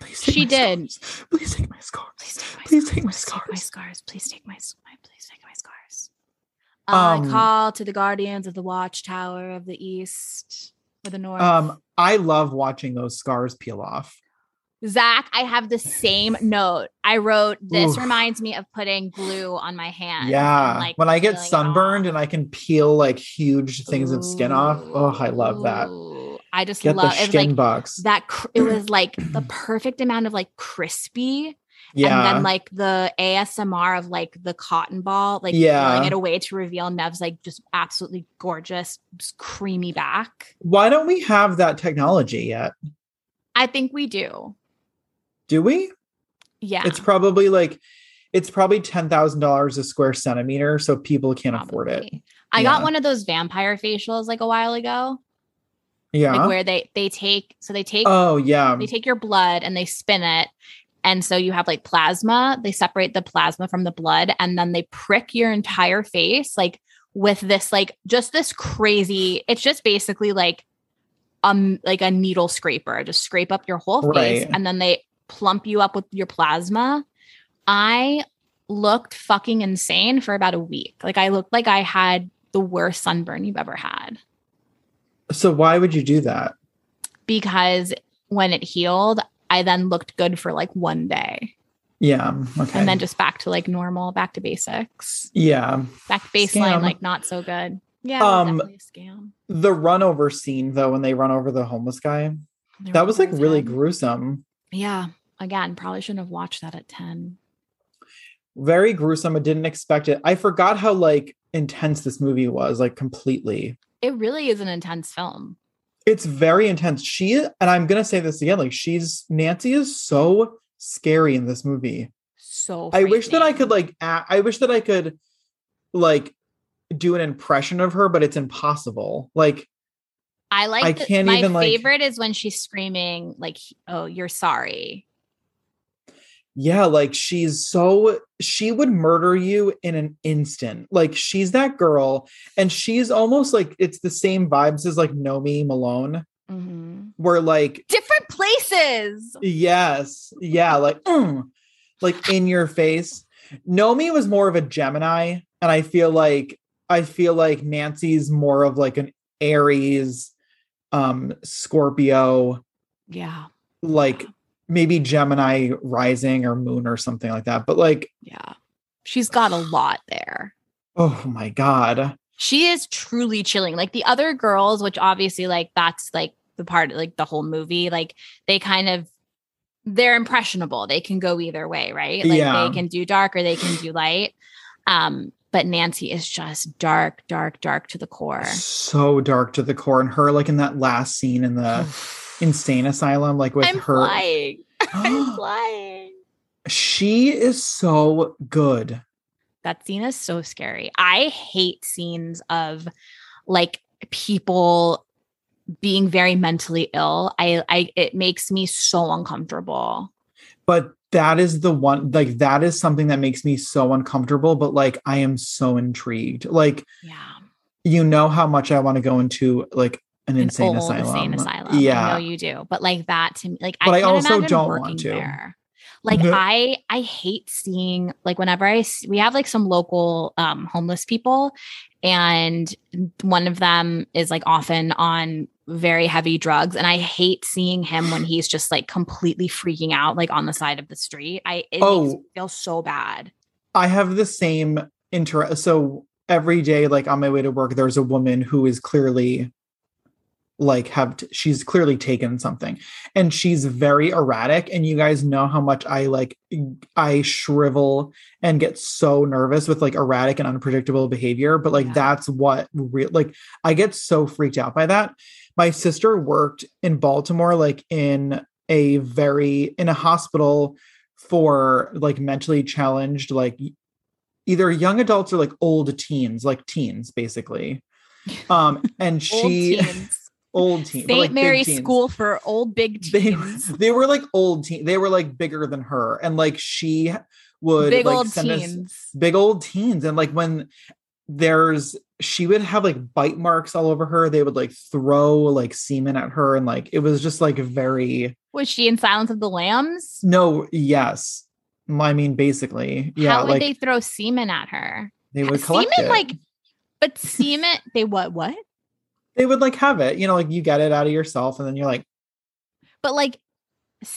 S2: Please
S3: She
S2: my
S3: did.
S2: scars. Please take my scars.
S3: Please take my
S2: Please take my
S3: Please take my
S2: scars.
S3: scars. Please take my, s- my please take my scars. I
S2: Um,
S3: call to the guardians of the watchtower of the east or the north.
S2: Um, I love watching those scars peel off.
S3: Zach, I have the same note. I wrote, This
S2: Oof.
S3: reminds me of putting glue on my hand.
S2: yeah. when I get sunburned
S3: sunburned
S2: and I can peel like huge things of skin off. Oh, I love that.
S3: I just
S2: Get
S3: love
S2: the
S3: it. was
S2: skin
S3: Like
S2: box.
S3: that, cr- it was like
S2: [CLEARS THROAT]
S3: the perfect amount of like crispy.
S2: yeah.
S3: And then like the ASMR of like the cotton ball, like
S2: Yeah.
S3: throwing it away to reveal Nev's like just absolutely gorgeous, just creamy back.
S2: Why don't we have that technology yet?
S3: I think we do.
S2: Do we?
S3: Yeah.
S2: It's probably like it's probably ten thousand dollars a square centimeter, so people can't afford it.
S3: probably. I got
S2: Yeah.
S3: one of those vampire facials like a while ago,
S2: Yeah.
S3: like where they they take so they take
S2: oh yeah.
S3: they take your blood and they spin it. And so you have like plasma, they separate the plasma from the blood and then they prick your entire face like with this like just this crazy it's just basically like um like a needle scraper, just scrape up your whole face
S2: Right.
S3: and then they plump you up with your plasma. I looked fucking insane for about a week. Like I looked like I had the worst sunburn you've ever had
S2: So why would you do that?
S3: because when it healed, I then looked good for like one day
S2: Yeah. Okay.
S3: and then just back to like normal, back to basics,
S2: yeah.
S3: back to baseline,
S2: Scam.
S3: like not so good. Yeah, it was
S2: Um,
S3: definitely a scam.
S2: The runover scene though, when they run over the homeless guy,
S3: They
S2: that
S3: were
S2: was like
S3: always
S2: really
S3: had-
S2: gruesome.
S3: Yeah. Again, probably shouldn't have watched that at 10.
S2: Very gruesome. I didn't expect it. I forgot how like intense this movie was, like completely.
S3: It really is an intense film.
S2: it's very intense. She and I'm gonna say this again, like she's Nancy is so scary in this movie.
S3: So
S2: I wish that I
S3: frightening.
S2: could like a- I wish that I could like do an impression of her, but it's impossible. Like
S3: I like
S2: I
S3: that-
S2: can't
S3: my
S2: even, like-
S3: favorite is when she's screaming, like, oh, you're sorry.
S2: yeah, like she's so she would murder you in an instant. Like she's that girl, and she's almost like it's the same vibes as like Nomi Malone,
S3: Mhm.
S2: where like
S3: Different places.
S2: Yes. Yeah. Like, mm, like in your face. Nomi was more of a Gemini, and I feel like I feel like Nancy's more of like an Aries, um, Scorpio,
S3: Yeah.
S2: like maybe Gemini rising or moon or something like that. But like,
S3: Yeah. She's got a lot there.
S2: oh my god.
S3: she is truly chilling like the other girls which obviously like that's like the part like the whole movie like they kind of they're impressionable they can go either way right like
S2: Yeah.
S3: they can do dark or they can do light um but nancy is just dark dark dark to the core
S2: So dark to the core. And her, like in that last scene Uh,
S3: [SIGHS]
S2: in [SIGHS] the insane asylum, like with
S3: i'm
S2: her
S3: flying
S2: [GASPS]
S3: i'm flying
S2: she is so good.
S3: That scene is so scary. I hate scenes of like people being very mentally ill. I I it makes me so uncomfortable.
S2: but that is the one like that is something that makes me so uncomfortable but like i am so intrigued like
S3: Yeah.
S2: you know how much i want to go into like an,
S3: An
S2: insane,
S3: old
S2: asylum.
S3: insane asylum.
S2: yeah
S3: I know you do. But like that to me, like
S2: But I
S3: I, can't
S2: also
S3: imagine
S2: don't
S3: working
S2: want to.
S3: There. Like
S2: Mhm.
S3: I I hate seeing like whenever I s- we have like some local um homeless people and one of them is like often on very heavy drugs and I hate seeing him when he's just like completely freaking out like on the side of the street. I it makes
S2: Oh.
S3: me feel so bad.
S2: i have the same interest so every day like on my way to work there's a woman who is clearly like have t- she's clearly taken something and she's very erratic and you guys know how much i like i shrivel and get so nervous with like erratic and unpredictable behavior but like
S3: Yeah.
S2: that's what real like i get so freaked out by that my sister worked in baltimore like in a very in a hospital for like mentally challenged like either young adults or like old teens like teens basically um and
S3: [LAUGHS] Old
S2: she [LAUGHS]
S3: teens.
S2: old teens.
S3: St.
S2: but, like, big
S3: Mary's
S2: teens.
S3: School for Old Big
S2: They,
S3: Teens.
S2: they were like old teen. They were like bigger than her, and like she would
S3: Big
S2: like,
S3: old
S2: send us
S3: teens.
S2: big old teens, and like when there's she would have like bite marks all over her. They would like throw like semen at her, and like it was just like very
S3: Was she in Silence of the Lambs?
S2: no yes. I mean, basically, yeah.
S3: How would
S2: like
S3: they throw semen at her?
S2: they would
S3: Semen,
S2: collect it.
S3: like, but semen. They what? What?
S2: they would like have it. You know, like you get it out of yourself, and then you're like,
S3: But like,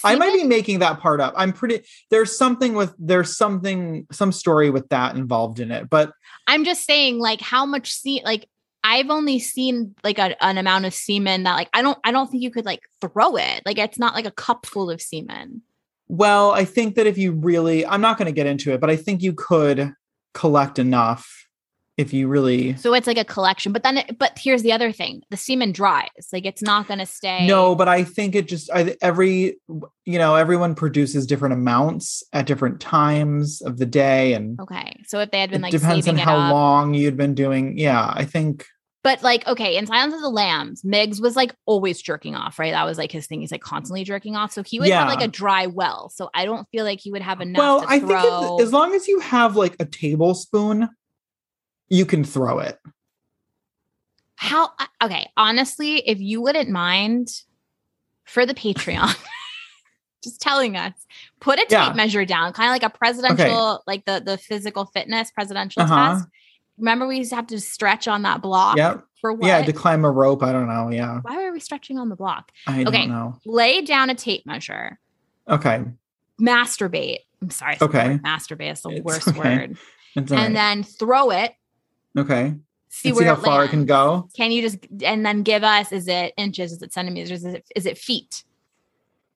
S2: I might be making that part up. I'm pretty there's something with there's something some story with that involved in it. But
S3: I'm just saying, like, how much sea like I've only seen like a, an amount of semen that like I don't I don't think you could like throw it. Like it's not like a cup full of semen.
S2: well, I think that if you really I'm not going to get into it, but I think you could collect enough if you really
S3: So it's like a collection. But then it, but here's the other thing. The semen dries. Like it's not gonna stay.
S2: No, but I think it just I, every you know everyone produces different amounts at different times of the day, and
S3: Okay. So if they had been
S2: it
S3: like
S2: depends on
S3: saving it
S2: how
S3: up.
S2: long you'd been doing. Yeah, I think
S3: But like, okay, in Silence of the Lambs, Miggs was like always jerking off, right? That was like his thing. He's like constantly jerking off. So he would have like
S2: Yeah.
S3: a dry well. So I don't feel like he would have enough.
S2: well,
S3: to
S2: I
S3: throw.
S2: think if, as long as you have like a tablespoon, you can throw it.
S3: How I- okay, honestly, if you wouldn't mind for the Patreon, [LAUGHS] just telling us, put a tape
S2: Yeah.
S3: measure down, kind of like a presidential, like the the physical fitness presidential
S2: Uh-huh.
S3: test. Remember, we used to have to stretch on that block
S2: Yep.
S3: for Uh, what?
S2: Yeah, to climb a rope. I don't know. Yeah,
S3: Why were we stretching on the block?
S2: I
S3: Okay.
S2: don't know.
S3: Lay down a tape measure,
S2: Okay,
S3: masturbate. I'm sorry, it's the
S2: Okay.
S3: word masturbate is the
S2: It's
S3: worst
S2: okay.
S3: word.
S2: it's all
S3: And
S2: right.
S3: then throw it,
S2: okay,
S3: see
S2: see, see
S3: where
S2: how
S3: it
S2: far it can
S3: lands.
S2: go.
S3: Can you just and then give us is it inches, is it centimeters, is it is it feet?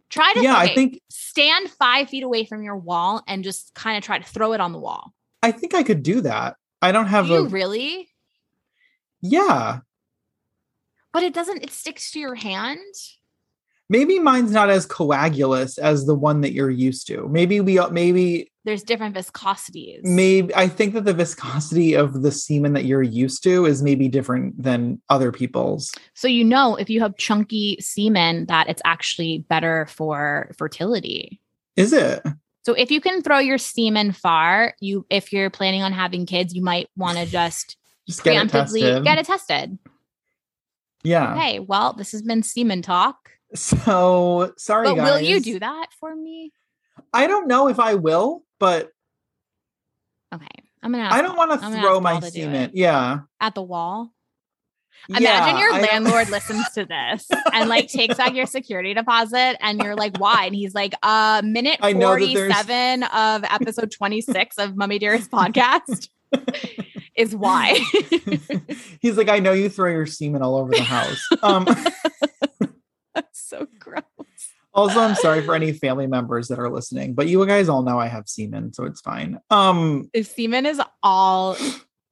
S3: Try to
S2: Yeah, I
S3: okay,
S2: think
S3: stand five feet away from your wall and just kind of try to throw it on the wall.
S2: I think I could do that. I don't
S3: Do
S2: have
S3: you
S2: a
S3: really?
S2: yeah.
S3: But it doesn't, it sticks to your hand.
S2: maybe mine's not as coagulous as the one that you're used to maybe we maybe
S3: There's different viscosities.
S2: maybe i think that the viscosity of the semen that you're used to is maybe different than other people's
S3: So you know if you have chunky semen that it's actually better for fertility.
S2: is it
S3: So if you can throw your semen far, you if you're planning on having kids, you might want to just
S2: just [LAUGHS] get it
S3: preemptively
S2: tested
S3: get it tested.
S2: yeah
S3: Okay, well, this has been semen talk.
S2: so sorry
S3: But will you
S2: guys.
S3: do that for me?
S2: i don't know if i will but
S3: Okay. I'm gonna ask
S2: i don't
S3: Paul-
S2: want
S3: Uh, I'm
S2: to
S3: gonna
S2: throw
S3: ask
S2: my
S3: Paul to do
S2: semen
S3: it.
S2: yeah
S3: at the wall.
S2: Yeah,
S3: Imagine your
S2: I don't- [LAUGHS]
S3: landlord listens to this and like takes back your security deposit and you're like, why? And he's like, uh minute
S2: I know that there's-
S3: 47 of episode 26 of Mummy Dearest
S2: [LAUGHS]
S3: podcast is why. [LAUGHS]
S2: he's like i know you throw your semen all over the
S3: [LAUGHS]
S2: house um [LAUGHS]
S3: That's so gross.
S2: Also, I'm sorry for any family members that are listening, but you guys all know I have semen, so it's fine. Um,
S3: If semen is all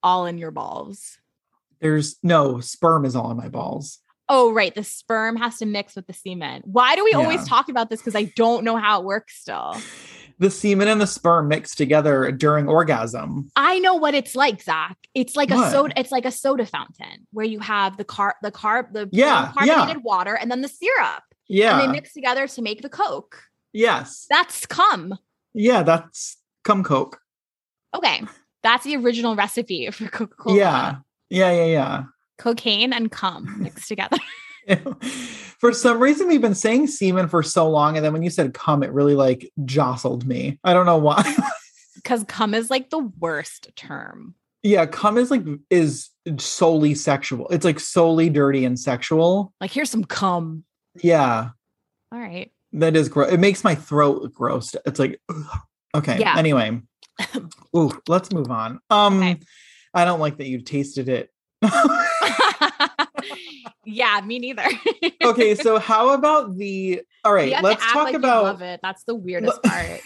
S3: all in your balls.
S2: there's no sperm is all in my balls.
S3: Oh, right. The sperm has to mix with the semen. Why do we always
S2: Yeah.
S3: talk about this? Because I don't know how it works still.
S2: The semen and the sperm mix together during orgasm.
S3: I know what it's like, Zach. It's like a
S2: What?
S3: soda. It's like a soda fountain where you have the car, the carb, the
S2: Yeah, yeah.
S3: carbonated water, and then the syrup, and they
S2: Yeah.
S3: mix together to make the Coke.
S2: yes.
S3: That's cum.
S2: Yeah, that's cum coke.
S3: Okay, that's the original recipe [LAUGHS] for Coca Cola.
S2: Yeah. Yeah, yeah,
S3: cocaine and cum mixed together. [LAUGHS]
S2: yeah. [LAUGHS] for some reason we've been saying semen for so long and then when you said cum it really like jostled me. I don't know why. [LAUGHS]
S3: Because cum is like the worst term.
S2: yeah, cum is like is solely sexual. It's like solely dirty and sexual.
S3: Like here's some cum.
S2: Yeah.
S3: All right.
S2: That is gross. It makes my throat gross. It's like okay.
S3: Yeah.
S2: Anyway.
S3: [LAUGHS]
S2: Ooh, let's move on. Um
S3: Okay.
S2: I don't like that you tasted it. [LAUGHS]
S3: [LAUGHS] yeah, me neither. [LAUGHS]
S2: okay, so how about the all
S3: You
S2: right,
S3: have
S2: let's
S3: to act
S2: talk
S3: like you
S2: about
S3: love it. That's the
S2: [LAUGHS]
S3: weirdest part.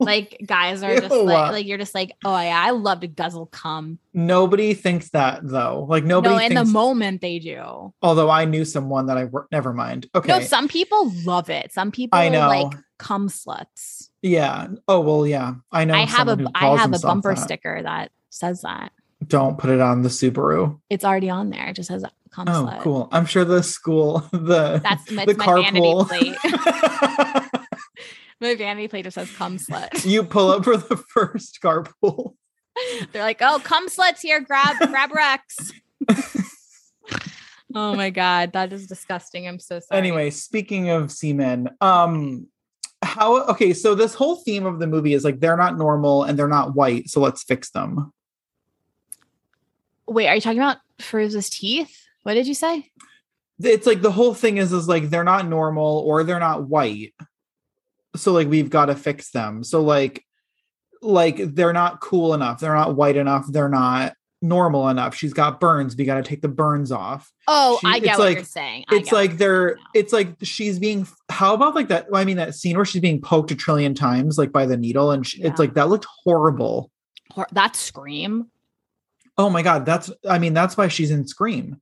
S3: like guys are just
S2: Ew.
S3: like like you're just like, oh yeah, I love to guzzle cum.
S2: nobody thinks that though. Like nobody
S3: no, in the
S2: thinks
S3: moment they do.
S2: although I knew someone that I worked never mind. Okay.
S3: No, some people love it. Some people
S2: I
S3: are
S2: know.
S3: like cum sluts.
S2: yeah. Oh well yeah. I know.
S3: I have
S2: someone
S3: a
S2: who
S3: I
S2: calls
S3: have a
S2: himself
S3: bumper
S2: that.
S3: sticker that says that.
S2: Don't put it on the Subaru.
S3: It's already on there. It just says cum
S2: Oh,
S3: slut.
S2: cool. I'm sure the school [LAUGHS] the
S3: That's my,
S2: the
S3: it's my
S2: [LAUGHS]
S3: vanity
S2: carpool.
S3: plate.
S2: [LAUGHS]
S3: my vanity plate just says cum slut.
S2: you pull up for the [LAUGHS] first carpool.
S3: They're like, oh, cum sluts here. Grab grab Rex. [LAUGHS] oh my god, that is disgusting. I'm so sorry.
S2: Anyway, speaking of semen, um, how okay, so this whole theme of the movie is like they're not normal and they're not white, so let's fix them.
S3: Wait, are you talking about Feruza's teeth? What did you say?
S2: It's like the whole thing is is like they're not normal or they're not white. so like we've got to fix them so like like they're not cool enough they're not white enough they're not normal enough she's got burns we got to take the burns off
S3: Oh,
S2: She-
S3: I
S2: it's
S3: get what
S2: like-
S3: you're saying. I
S2: it's
S3: get what
S2: like
S3: you're
S2: they're
S3: saying now.
S2: it's like she's being how about like that well, i mean that scene where she's being poked a trillion times like by the needle and she, it's
S3: Yeah.
S2: like that looked horrible
S3: Hor- that scream.
S2: oh my god that's i mean that's why she's in scream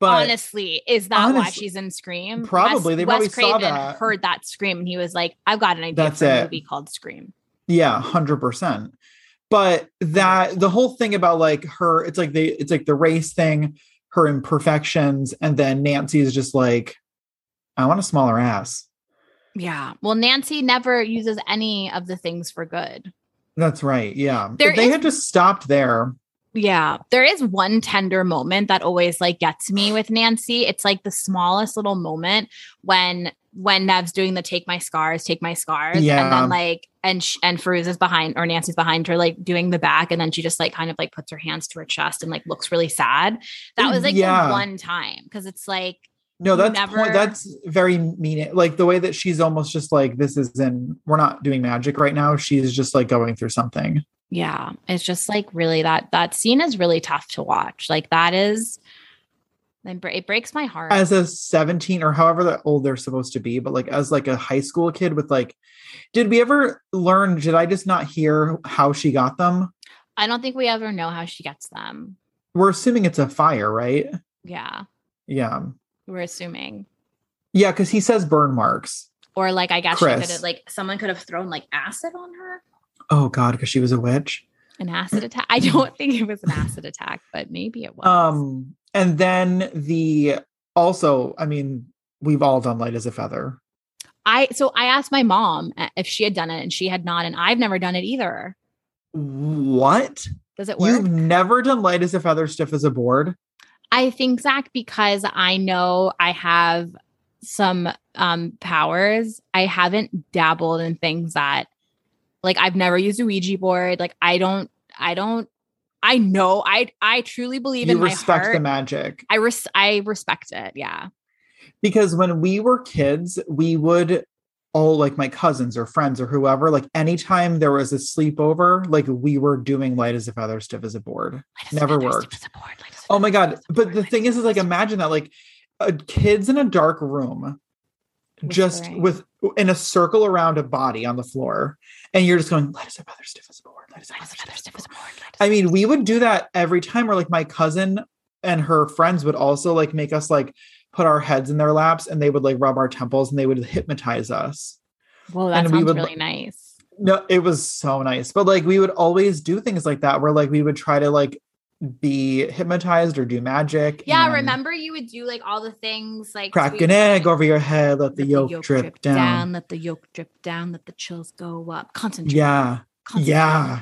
S2: but
S3: honestly, is that why
S2: honestly-
S3: she's in Scream?
S2: Probably.
S3: Wes,
S2: They probably
S3: Wes
S2: saw
S3: Craven
S2: that.
S3: heard that scream and he was like, "I've got an idea
S2: That's
S3: for a
S2: it.
S3: movie called Scream."
S2: yeah 100% but that the whole thing about like her it's like the it's like the race thing her imperfections and then nancy is just like i want a smaller ass
S3: Yeah. Well, Nancy never uses any of the things for good.
S2: that's right yeah If
S3: There
S2: they
S3: is-
S2: had just stopped there
S3: Yeah. There is one tender moment that always like gets me with Nancy. It's like the smallest little moment when when Nev's doing the take my scars, take my scars. And
S2: Yeah.
S3: then like and sh- and Ferouz is behind or Nancy's behind her, like doing the back, and then she just like kind of like puts her hands to her chest and like looks really sad. That was like the
S2: Yeah.
S3: one time because it's like
S2: no
S3: You
S2: that's
S3: never-
S2: point, that's very mean like the way that she's almost just like this isn't we're not doing magic right now she's just like going through something
S3: yeah it's just like really that that scene is really tough to watch like that is it br- it breaks my heart
S2: as a 17 or however the old they're supposed to be but like as like a high school kid with like did we ever learn did i just not hear how she got them
S3: i don't think we ever know how she gets them
S2: we're assuming it's a fire right
S3: yeah
S2: yeah
S3: we're assuming
S2: yeah because he says burn marks
S3: or like i guess she
S2: Chris.
S3: could have like someone could have thrown like acid on her
S2: oh god because she was a witch
S3: an acid attack i don't [LAUGHS] think it was an acid attack but maybe it was
S2: um and then the also i mean we've all done light as a feather
S3: i so i asked my mom uh, if she had done it and she had not and i've never done it either
S2: what
S3: does it work
S2: you've never done light as a feather stiff as a board
S3: I think Zach because I know I have some um powers. I haven't dabbled in things that like I've never used a Ouija board. Like I don't I don't I know I I truly believe
S2: you
S3: in my
S2: respect
S3: heart.
S2: the magic
S3: I res- I respect it. Yeah.
S2: because when we were kids, we would all like my cousins or friends or whoever, like anytime there was a sleepover, like we were doing light as a feather, stiff as a board.
S3: Light as a
S2: Never
S3: feather, stiff
S2: worked.
S3: as a board, light as a
S2: Oh my
S3: feather,
S2: God.
S3: stiff as a
S2: But
S3: board,
S2: the
S3: light
S2: thing
S3: as
S2: is,
S3: a
S2: is like
S3: feather.
S2: imagine that like uh, kids in a dark room, just
S3: Whispering.
S2: with in a circle around a body on the floor, and you're just going, light as a feather, stiff as a board, light as a
S3: Light as
S2: feather,
S3: a
S2: stiff
S3: feather,
S2: as a
S3: stiff
S2: board.
S3: as a board, light as
S2: I
S3: a
S2: mean,
S3: feather.
S2: we would do that every time, or like my cousin and her friends would also like make us like put our heads in their laps and they would like rub our temples and they would hypnotize us.
S3: Whoa, that
S2: and we
S3: sounds
S2: would-
S3: really nice.
S2: No, it was so nice. But like we would always do things like that where like we would try to like be hypnotized or do magic.
S3: Yeah,
S2: and
S3: remember you would do like all the things like
S2: Crack
S3: sweet-
S2: an egg over your head, let the
S3: Let
S2: yolk, drip, down.
S3: Let the yolk drip down. Let the chills go up. Concentrate.
S2: Yeah.
S3: concentrate.
S2: Yeah.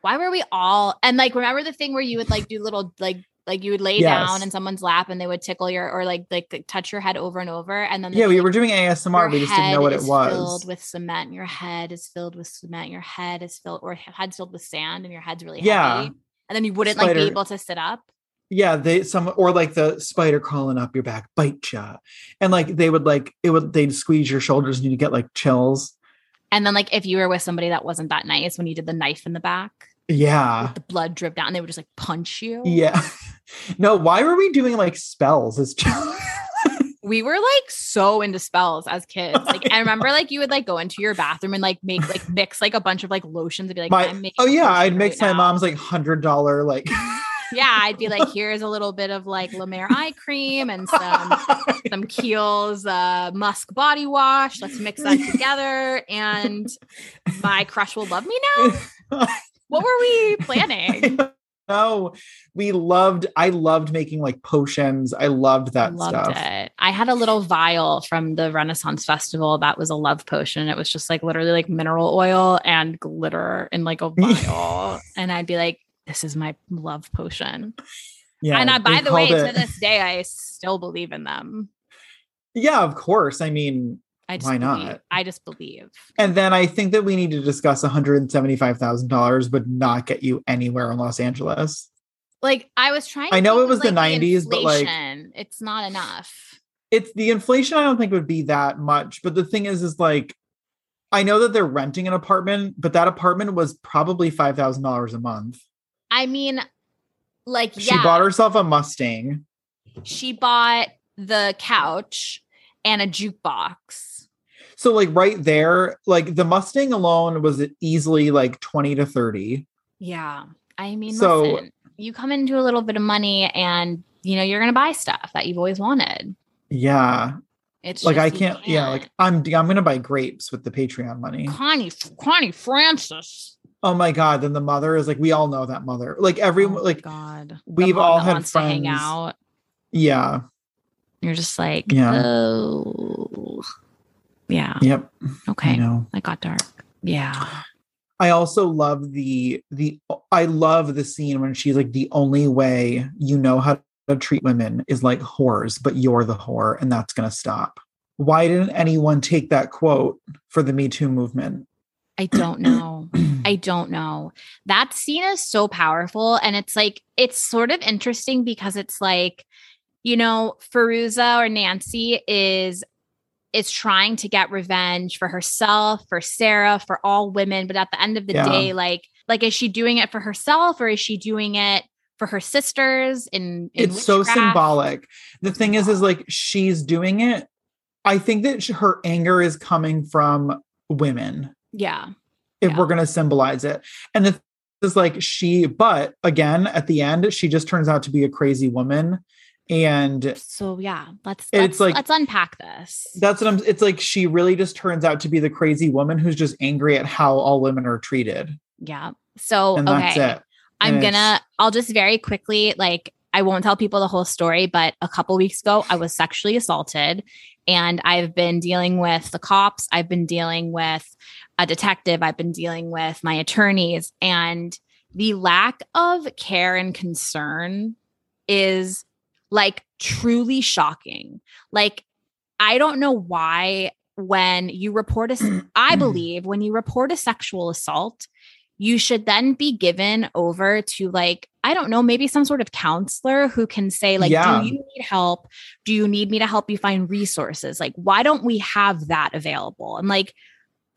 S3: Why were we all and like remember the thing where you would like do little like like you would lay
S2: Yes.
S3: down in someone's lap and they would tickle your or like like touch your head over and over and then
S2: Yeah. We were doing ASMR.
S3: Your
S2: We just didn't know
S3: head
S2: what it
S3: is
S2: was.
S3: Filled with cement. Your head is filled with cement. Your head is filled or head's filled with sand and your head's really
S2: Yeah.
S3: heavy. And then you wouldn't like be
S2: Spider-
S3: able to sit up.
S2: yeah they some or like the spider crawling up your back bite ya and like they would like it would they'd squeeze your shoulders and you'd get like chills
S3: And then like if you were with somebody that wasn't that nice when you did the knife in the back,
S2: yeah
S3: the blood dripped down and they would just like punch you.
S2: yeah [LAUGHS] no why were we doing like spells as children
S3: we were like so into spells as kids. Like I remember like you would like go into your bathroom and like make like mix like a bunch of like lotions and be like, I'm
S2: my
S3: making
S2: oh
S3: a
S2: yeah i'd
S3: potion
S2: mix
S3: right
S2: my
S3: now."
S2: mom's like hundred dollar like
S3: Yeah, I'd be like, here's a little bit of like La Mer eye cream
S2: [LAUGHS]
S3: and some some Kiehl's uh, Musk body wash. Let's mix [LAUGHS] that together, and my crush will love me now. [LAUGHS] What were we planning?
S2: no we loved i loved making like potions i loved that
S3: Loved
S2: stuff [LAUGHS]
S3: it. I had a little vial from the Renaissance Festival that was a love potion. It was just like literally like mineral oil and glitter in like a
S2: [LAUGHS]
S3: vial. and I'd be like, this is my love potion.
S2: yeah
S3: and I, by
S2: we
S3: the way,
S2: called
S3: to
S2: it-
S3: this day, I still believe in them.
S2: yeah of course i mean
S3: I just
S2: Why
S3: believe-
S2: not?
S3: I just believe.
S2: And then I think that we need to discuss $175,000 would not get you anywhere in Los Angeles.
S3: Like I was trying.
S2: I
S3: to
S2: know
S3: think
S2: it
S3: of,
S2: was the
S3: like,
S2: 90s, but, like-
S3: inflation. it's not enough.
S2: It's the inflation, I don't think would be that much. But the thing is, is like, I know that they're renting an apartment, but that apartment was probably five thousand dollars a month.
S3: I mean, like
S2: She
S3: yeah,
S2: bought herself a Mustang.
S3: she bought the couch and a jukebox.
S2: So like right there, like the Mustang alone was easily like twenty to thirty.
S3: Yeah. I mean,
S2: So-
S3: listen, you come into a little bit of money and you know you're gonna buy stuff that you've always wanted.
S2: Yeah,
S3: It's
S2: like
S3: just
S2: I
S3: you
S2: can't, Yeah, like I'm I'm gonna buy grapes with the Patreon money.
S3: Connie Connie Francis.
S2: Oh my god! Then the mother is like, we all know that mother. Like everyone,
S3: Oh my
S2: like
S3: God, The
S2: we've
S3: mom
S2: all
S3: that
S2: had
S3: wants to hang
S2: friends.
S3: out.
S2: yeah,
S3: You're just like,
S2: Yeah.
S3: oh, yeah.
S2: yep. I
S3: Okay,
S2: know.
S3: I got dark. Yeah,
S2: I also love the the I love the scene when she's like the only way you know how to treat women is like whores, but you're the whore and that's gonna stop. Why didn't anyone take that quote for the Me Too movement?
S3: I don't know. I don't know. That scene is so powerful. And it's like, it's sort of interesting because it's like, you know, Feruza or Nancy is is trying to get revenge for herself, for Sarah, for all women. But at the end of the
S2: Yeah.
S3: day, like, like is she doing it for herself or is she doing it for her sisters? In, in
S2: [CLEARS THROAT] it's so
S3: witchcraft?
S2: symbolic. The thing is, is like she's doing it. I think that sh- her anger is coming from women.
S3: Yeah.
S2: if
S3: Yeah.
S2: we're going to symbolize it. And the thing is like she, but again, at the end, she just turns out to be a crazy woman. And
S3: So yeah, let's
S2: It's
S3: let's,
S2: like-
S3: let's unpack this.
S2: that's what I'm, it's like she really just turns out to be the crazy woman who's just angry at how all women are treated.
S3: Yeah. So
S2: and
S3: Oh, okay.
S2: that's it.
S3: I'm
S2: And it's-
S3: gonna, I'll just very quickly, like, I won't tell people the whole story, but a couple weeks ago, I was sexually assaulted and I've been dealing with the cops. I've been dealing with a detective. I've been dealing with my attorneys. And the lack of care and concern is like truly shocking. Like, I don't know why when you report a, s- I believe when you report a sexual assault, you should then be given over to like i don't know maybe some sort of counselor who can say like
S2: Yeah.
S3: do you need help do you need me to help you find resources like why don't we have that available and like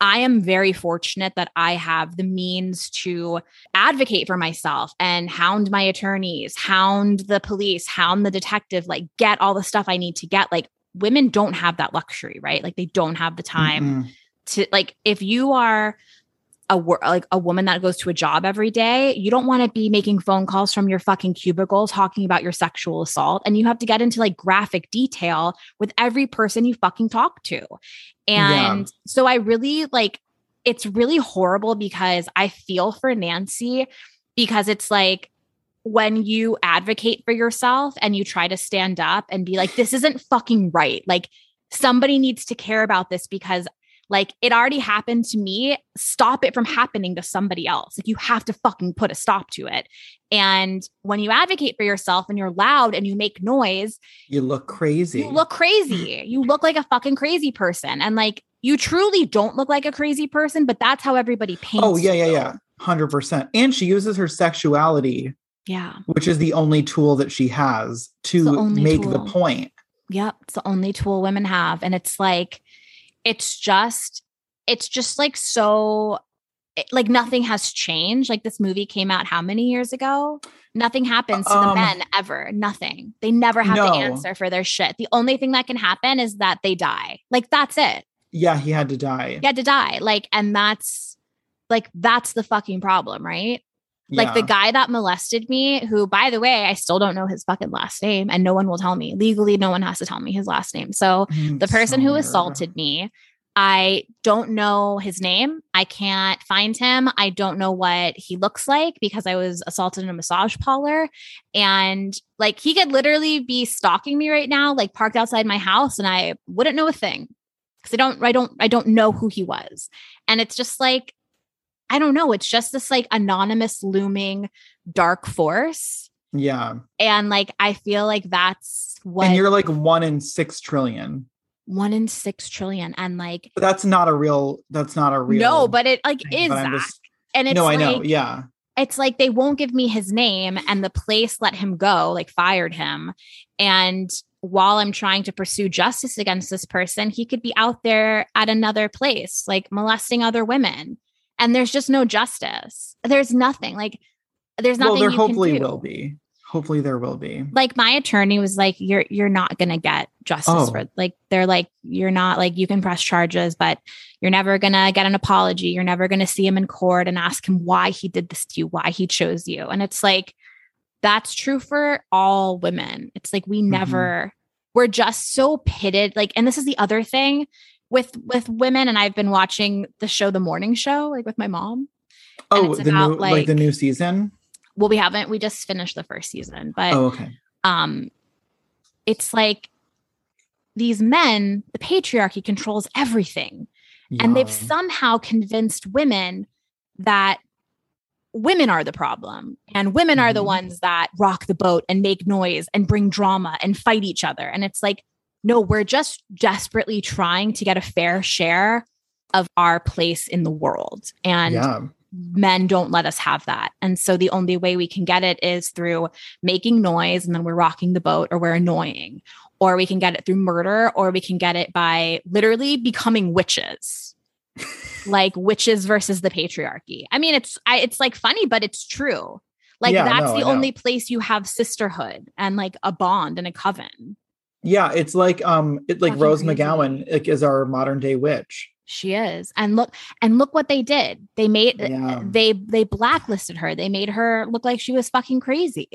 S3: i am very fortunate that i have the means to advocate for myself and hound my attorneys hound the police hound the detective like get all the stuff i need to get like women don't have that luxury right like they don't have the
S2: Mm-hmm.
S3: time
S2: Mm-mm.
S3: to like if you are a wor- like a woman that goes to a job every day, you don't want to be making phone calls from your fucking cubicle talking about your sexual assault and you have to get into like graphic detail with every person you fucking talk to.
S2: Yeah.
S3: And so I really like it's really horrible because I feel for Nancy because it's like when you advocate for yourself and you try to stand up and be like this isn't fucking right. Like somebody needs to care about this because like it already happened to me. Stop it from happening to somebody else. Like you have to fucking put a stop to it. And when you advocate for yourself and you're loud and you make noise,
S2: You look crazy.
S3: you look
S2: [LAUGHS]
S3: crazy. You look like a fucking crazy person. And like you truly don't look like a crazy person, but that's how everybody paints.
S2: oh, yeah, yeah,
S3: you.
S2: yeah. 100%. And she uses her sexuality,
S3: Yeah.
S2: which is the only tool that she has
S3: It's the
S2: to
S3: only
S2: make the
S3: tool.
S2: point.
S3: Yep. It's the only tool women have. And it's like, it's just, it's just like so, it- like nothing has changed. Like this movie came out how many years ago? Nothing happens to the
S2: Um,
S3: men ever. Nothing. They never have
S2: no.
S3: to answer for their shit. The only thing that can happen is that they die. Like that's it.
S2: Yeah, he had to die.
S3: You had to die. Like, and that's like, that's the fucking problem, right? Like the
S2: Yeah.
S3: guy that molested me, who, by the way, I still don't know his fucking last name and no one will tell me. Legally, no one has to tell me his last name. So
S2: Mm,
S3: the person
S2: so
S3: who
S2: weird.
S3: assaulted me, I don't know his name. I can't find him. I don't know what he looks like because I was assaulted in a massage parlor. And like he could literally be stalking me right now, like parked outside my house, and I wouldn't know a thing. Cause I don't, I don't, I don't know who he was. And it's just like, I don't know. It's just this like anonymous looming dark force.
S2: Yeah.
S3: And like I feel like that's what
S2: And you're like one in six trillion.
S3: one in six trillion. And like
S2: But that's not a real, that's not a real.
S3: no, but it like
S2: thing,
S3: is
S2: but I'm
S3: that.
S2: just-
S3: and it's
S2: no,
S3: like
S2: I know. Yeah.
S3: it's like they won't give me his name and the place let him go, like fired him. And while I'm trying to pursue justice against this person, he could be out there at another place, like molesting other women. And there's just no justice. There's nothing. Like there's nothing.
S2: well, there
S3: you can
S2: hopefully
S3: do.
S2: will be. Hopefully there will be.
S3: Like my attorney was like, You're you're not gonna get justice
S2: Oh.
S3: for like they're like, you're not like you can press charges, but you're never gonna get an apology. You're never gonna see him in court and ask him why he did this to you, why he chose you. And it's like that's true for all women. It's like we never we're just so pitted. Like, and this is the other thing with with women, and I've been watching the show The Morning Show, like with my mom. And
S2: Oh,
S3: it's
S2: the
S3: about,
S2: new like, the
S3: like-
S2: new season.
S3: Well, we haven't, we just finished the first season, but
S2: Oh, okay.
S3: um it's like these men the patriarchy controls everything and they've
S2: Yeah.
S3: somehow convinced women that women are the problem and women are the
S2: Mhm.
S3: ones that rock the boat and make noise and bring drama and fight each other and it's like no we're just desperately trying to get a fair share of our place in the world and
S2: yeah.
S3: men don't let us have that. And so the only way we can get it is through making noise and then we're rocking the boat or we're annoying. Or we can get it through murder or we can get it by literally becoming
S2: [LAUGHS]
S3: witches. like witches versus the patriarchy. I mean it's I, it's like funny but it's true. Like
S2: Yeah,
S3: that's
S2: no, I
S3: the
S2: know.
S3: only place you have sisterhood and like a bond and a coven.
S2: Yeah, it's like um it like
S3: Fucking
S2: Rose
S3: crazy.
S2: McGowan like, is our modern day witch.
S3: She is. And look and look what they did. They made
S2: Yeah.
S3: they they blacklisted her. They made her look like she was fucking crazy.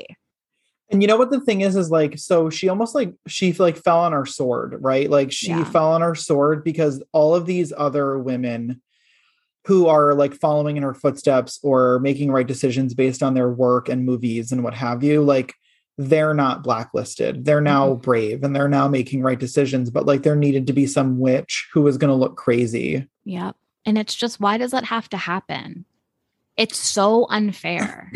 S2: And you know what the thing is is like so she almost like she like fell on her sword, right? Like she
S3: Yeah.
S2: fell on her sword because all of these other women who are like following in her footsteps or making right decisions based on their work and movies and what have you, like they're not blacklisted. They're now brave and they're now making right decisions, but like there needed to be some witch who was going to look crazy.
S3: Yep. And it's just why does that have to happen? It's so unfair.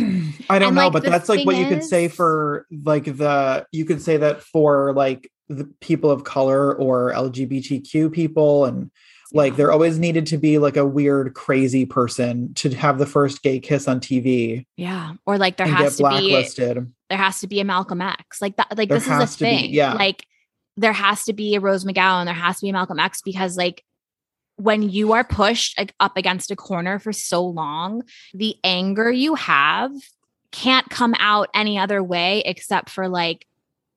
S2: I don't
S3: And,
S2: know,
S3: like,
S2: but
S3: the
S2: that's like what
S3: thing
S2: you could say
S3: is-
S2: for like the you could say that for like the people of color or LGBTQ people and [CLEARS THROAT] like there always needed to be like a weird crazy person to have the first gay kiss on TV
S3: yeah. Or like there
S2: and
S3: has
S2: get
S3: to be
S2: blacklisted.
S3: there has to be a Malcolm X. Like that like
S2: There
S3: this is a
S2: has to be,
S3: thing.
S2: yeah.
S3: Like there has to be a Rose McGowan, there has to be a Malcolm X because like when you are pushed like, up against a corner for so long, the anger you have can't come out any other way except for like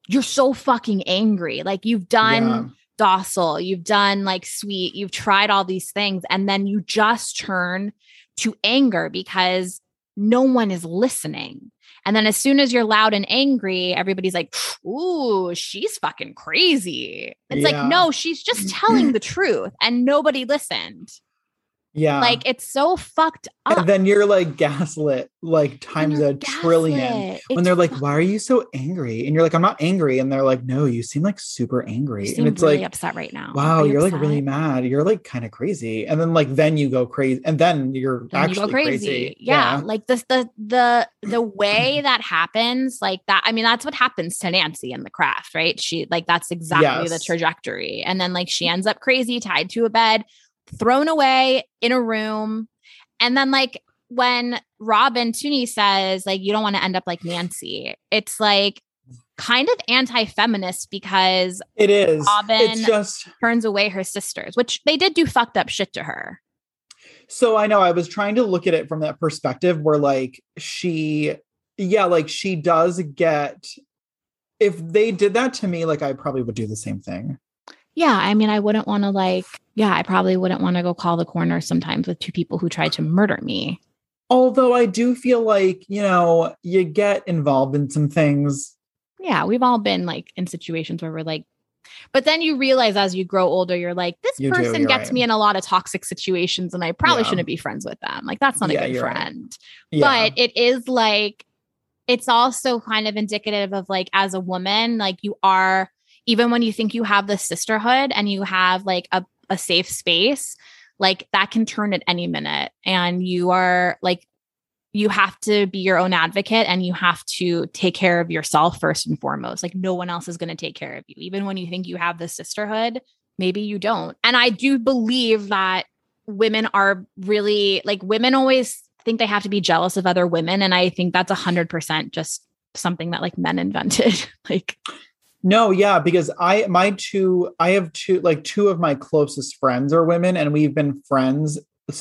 S3: you're so fucking angry. Like you've done
S2: Yeah.
S3: docile, you've done like sweet, you've tried all these things, and then you just turn to anger because no one is listening. And then as soon as you're loud and angry, everybody's like, ooh, she's fucking crazy. It's
S2: Yeah. Mm.
S3: like, no, she's just telling
S2: [CLEARS THROAT]
S3: the truth, and nobody listened.
S2: yeah.
S3: Like, it's so fucked up.
S2: and then you're like gaslit like times
S3: You're
S2: a trillion.
S3: gaslit.
S2: When
S3: It's
S2: they're like,
S3: fuck-
S2: "Why are you so angry?" and you're like, "I'm not angry," and they're like, "No, you seem like super
S3: you
S2: angry."
S3: seem
S2: and it's
S3: really
S2: like,
S3: upset right now.
S2: wow
S3: Are you
S2: you're like
S3: upset?
S2: really mad you're like kind of crazy and then like then you go crazy and then you're
S3: then you
S2: actually
S3: go
S2: crazy,
S3: crazy. Yeah, like the the the the way that happens, like that. I mean, that's what happens to Nancy in the craft, right? She like that's exactly the
S2: Yes.
S3: trajectory, and then like she ends up crazy, tied to a bed, thrown away in a room, and then like when Robin Tooney says like you don't want to end up like Nancy, it's like kind of anti-feminist because
S2: it is
S3: Robin-
S2: it's just
S3: turns away her sisters, which they did do fucked up shit to her.
S2: so i know i was trying to look at it from that perspective where like she yeah like she does get if they did that to me like i probably would do the same thing
S3: Yeah, I mean, I wouldn't want to like. Yeah, I probably wouldn't want to go call the coroner sometimes with two people who tried to murder me.
S2: although i do feel like you know you get involved in some things
S3: Yeah, we've all been like in situations where we're like, but then you realize as you grow older, you're like, this
S2: You do,
S3: person
S2: you're
S3: gets
S2: right.
S3: me in a lot of toxic situations, and I probably
S2: Yeah.
S3: shouldn't be friends with them. Like that's not
S2: Yeah,
S3: a good
S2: you're right.
S3: friend.
S2: yeah
S3: But it is like, it's also kind of indicative of like, as a woman, like you are, even when you think you have the sisterhood and you have like a, a safe space, like that can turn at any minute. And you are like, you have to be your own advocate and you have to take care of yourself first and foremost. Like, no one else is going to take care of you. Even when you think you have the sisterhood, maybe you don't. And I do believe that women are really like women always think they have to be jealous of [LAUGHS] other women and i think that's 100% just something that like men invented like
S2: No, yeah, because I my two I have two like two of my closest friends are women and we've been friends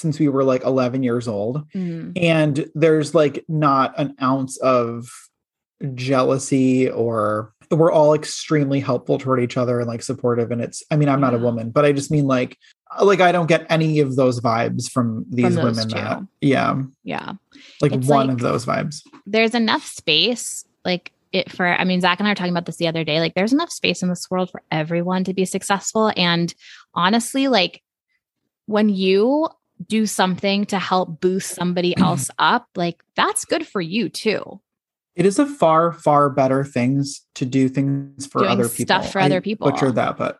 S2: since we were like 11 years old
S3: Mm.
S2: and there's like not an ounce of jealousy or we're all extremely helpful toward each other and like supportive and it's I mean I'm not a
S3: Yeah.
S2: woman, but I just mean like like I don't get any of those vibes from these
S3: those
S2: women that
S3: two.
S2: yeah,
S3: Yeah.
S2: like
S3: It's
S2: one
S3: like-
S2: of those vibes.
S3: there's enough space like it for i mean zach and i were talking about this the other day like there's enough space in this world for everyone to be successful and honestly like when you do something to help boost somebody else up like that's good for you too
S2: It is a far, far better things to do things for
S3: Doing
S2: other people.
S3: stuff for other people.
S2: Butcher that, but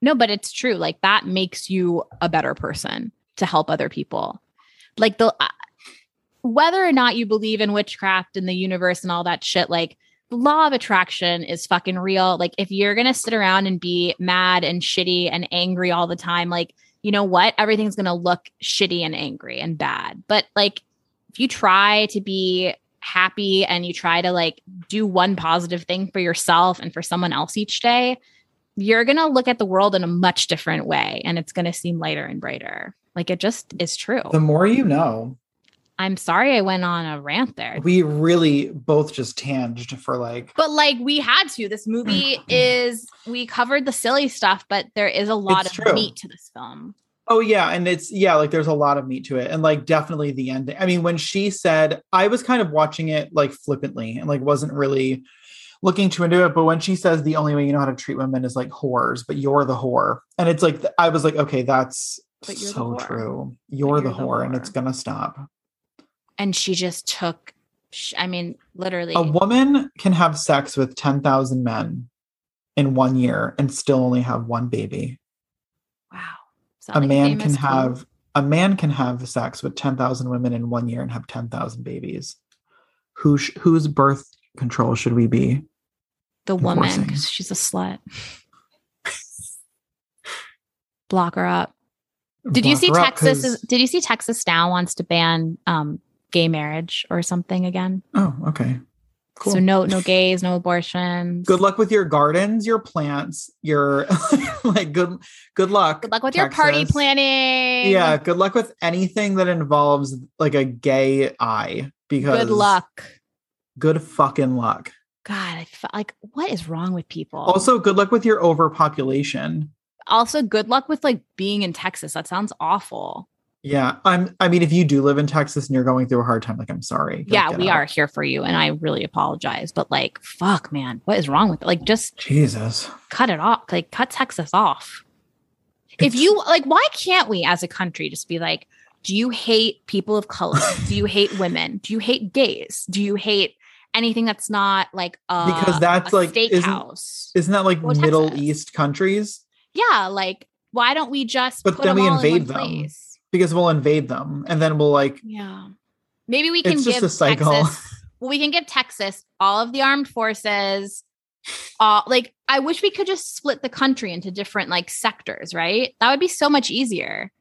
S3: no but it's true like that makes you a better person to help other people like the uh, whether or not you believe in witchcraft and the universe and all that shit like the law of attraction is fucking real like if you're gonna sit around and be mad and shitty and angry all the time like you know what everything's gonna look shitty and angry and bad but like if you try to be happy and you try to like do one positive thing for yourself and for someone else each day you're gonna look at the world in a much different way and it's gonna seem lighter and brighter like it just is true
S2: the more you know,
S3: I'm sorry I went on a rant there.
S2: we really both just tanged for like
S3: But like we had to. This movie
S2: Mm.
S3: is we covered the silly stuff, but there is a lot
S2: It's
S3: of
S2: true.
S3: meat to this film.
S2: oh yeah, and it's yeah, like there's a lot of meat to it. And like definitely the ending. I mean, when she said I was kind of watching it like flippantly and like wasn't really looking too into it, but when she says the only way you know how to treat women is like whores, but you're the whore. And it's like I was like, okay, that's
S3: But you're the
S2: so
S3: whore.
S2: true. You're, the,
S3: you're the
S2: whore, and
S3: whore.
S2: it's gonna stop.
S3: And she just took sh- I mean literally
S2: A woman can have sex with 10,000 men in one year and still only have one baby.
S3: wow.
S2: A
S3: Sound like
S2: man can
S3: famous quote.
S2: have a man can have sex with 10,000 women in one year and have 10,000 babies. Who sh- whose birth control should we be?
S3: the woman
S2: enforcing.
S3: because she's a slut. [LAUGHS] Block her up. Did you
S2: Block
S3: see
S2: her up,
S3: Texas
S2: 'cause-
S3: is, did you see Texas now wants to ban um gay marriage or something again?
S2: Oh, okay. Cool.
S3: So no no gays, no abortions.
S2: good luck with your gardens, your plants, your [LAUGHS] like good good luck.
S3: Good luck with your party
S2: Texas.
S3: planning.
S2: Yeah, good luck with anything that involves like a gay eye because
S3: Good luck.
S2: Good fucking luck.
S3: God, I felt like what is wrong with people?
S2: Also, good luck with your overpopulation.
S3: also good luck with like being in Texas. That sounds awful.
S2: Yeah, I'm. I mean, if you do live in Texas and you're going through a hard time, like I'm sorry. Like,
S3: yeah,
S2: get
S3: we
S2: out.
S3: are here for you, and I really apologize. But like, fuck, man, what is wrong with it? Like, just
S2: Jesus.
S3: cut it off. Like, cut Texas off. If
S2: It's-
S3: you like, why can't we as a country just be like, do you hate people of color? do you hate women? Do you hate gays? Do you hate anything that's not like a,
S2: Because that's,
S3: a
S2: like, isn't-
S3: steakhouse?
S2: isn't that like
S3: Well,
S2: Middle
S3: Texas.
S2: East countries?
S3: yeah, like why don't we just
S2: But
S3: put
S2: then
S3: them
S2: we
S3: all
S2: invade
S3: in one
S2: them.
S3: place?
S2: Because we'll invade them, and then we'll like.
S3: Yeah, maybe we can
S2: It's just
S3: give
S2: a cycle.
S3: Texas. Well, we can give Texas all of the armed forces. All like I wish we could just split the country into different like sectors, right? That would be so much easier.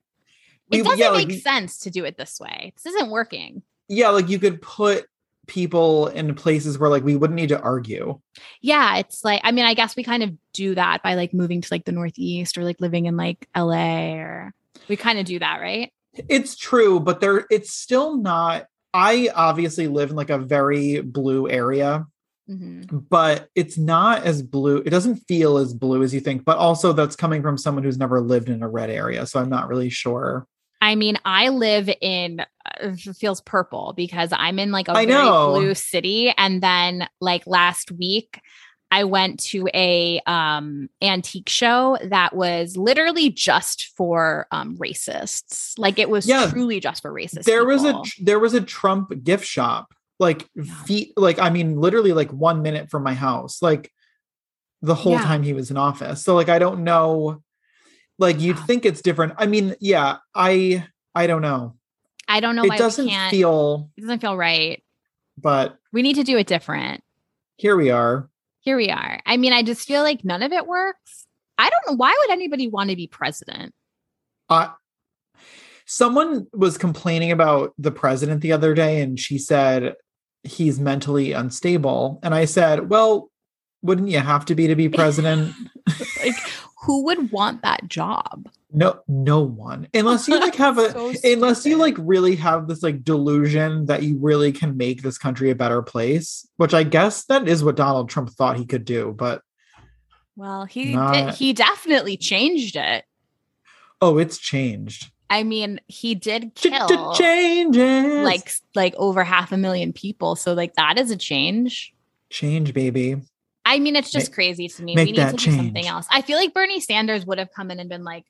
S2: We-
S3: It doesn't
S2: yeah,
S3: make
S2: like-
S3: sense to do it this way. This isn't working.
S2: Yeah, like you could put people in places where like we wouldn't need to argue.
S3: Yeah, it's like I mean, I guess we kind of do that by like moving to like the Northeast or like living in like LA or we kind of do that, right?
S2: It's true, but there it's still not. I obviously live in like a very blue area,
S3: Mhm.
S2: but it's not as blue. It doesn't feel as blue as you think, but also that's coming from someone who's never lived in a red area. So I'm not really sure.
S3: I mean, I live in uh, feels purple because I'm in like a
S2: I
S3: very
S2: know.
S3: blue city, and then like last week, I went to a um, antique show that was literally just for um, racists. Like it was
S2: Yeah.
S3: truly just for racists.
S2: There was a
S3: people.
S2: tr- there was a Trump gift shop like feet like I mean literally like 1 minute from my house. Like the whole
S3: Yeah.
S2: time he was in office. So like I don't know like you'd
S3: Wow.
S2: think it's different. I mean, yeah, I I don't know.
S3: I don't know why
S2: it doesn't
S3: we can't.
S2: feel
S3: it doesn't feel right.
S2: but
S3: We need to do it different.
S2: here we are.
S3: Here we are. I mean, I just feel like none of it works. I don't know why would anybody want to be president.
S2: I someone was complaining about the president the other day and she said he's mentally unstable and I said, "Well, Wouldn't you have to be to
S3: [LAUGHS]
S2: be president?
S3: like, who would want that job?
S2: No, no one. Unless you like have a,
S3: So
S2: unless you
S3: stupid.
S2: like really have this like delusion that you really can make this country a better place, which I guess that is what Donald Trump thought he could do. But
S3: Well, he did,
S2: Not-
S3: he definitely changed it.
S2: oh, it's changed.
S3: I mean, he did
S2: Ch- ch-
S3: kill
S2: Changes.
S3: like like over half a million people, so like that is a change.
S2: change, baby.
S3: I mean, it's just crazy to me.
S2: make
S3: We need to
S2: that
S3: do something
S2: change.
S3: else. I feel like Bernie Sanders would have come in and been like,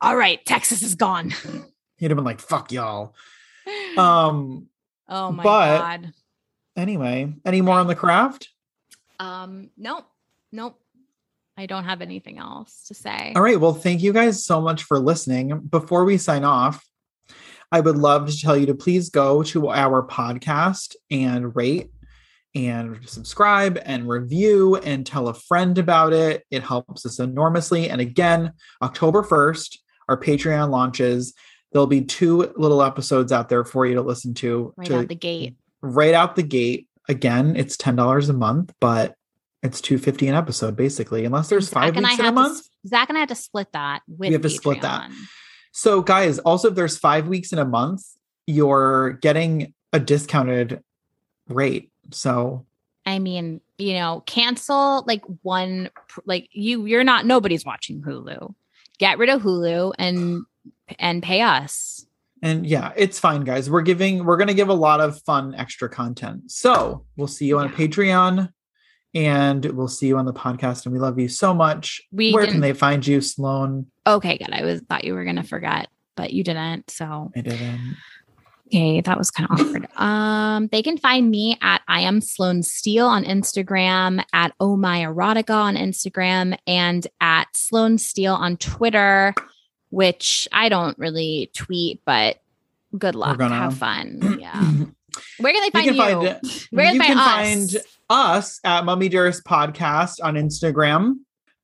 S3: "All right, Texas is
S2: [LAUGHS]
S3: gone."
S2: He'd have been like, "Fuck y'all." Um.
S3: oh my
S2: but-
S3: god.
S2: Anyway, any more on the craft?
S3: Um, nope, nope. I don't have anything else to say.
S2: All right. Well, thank you guys so much for listening. Before we sign off, I would love to tell you to please go to our podcast and rate and subscribe and review and tell a friend about it. It helps us enormously. And again, October 1st, our Patreon launches. There'll be two little episodes out there for you to listen to,
S3: Right
S2: to
S3: out the gate.
S2: right out the gate. Again, it's $10 a month, but it's 250 an episode basically, unless there's
S3: Zach
S2: five
S3: and I
S2: weeks in
S3: had
S2: a
S3: to
S2: month.
S3: s- Zach and I had to split that with.
S2: have to split that.
S3: Patreon.
S2: So, guys, also if there's five weeks in a month, you're getting a discounted rate. So,
S3: I mean, you know, cancel like one, pr- like you, you're not. Nobody's watching Hulu. Get rid of Hulu and and pay us.
S2: and yeah, it's fine, guys. We're giving, we're going to give a lot of fun extra content. So, we'll see you on
S3: Yeah.
S2: Patreon and we'll see you on the podcast. And we love you so much.
S3: We
S2: Where
S3: didn't-
S2: can they find you, Sloan?
S3: Okay, good. I was thought you were gonna forget, but you didn't. So
S2: I didn't.
S3: Okay, that was kind of [LAUGHS] awkward. Um, they can find me at I am Sloan Steele on Instagram, at Oh My Erotica on Instagram, and at Sloan Steele on Twitter, which I don't really tweet, but good luck.
S2: gonna-
S3: Have [CLEARS THROAT] fun.
S2: [CLEARS THROAT]
S3: Yeah. Where can they find you?
S2: can find-
S3: Where can
S2: you
S3: they
S2: can
S3: find us?
S2: find us at Mummy Dearest Podcast on Instagram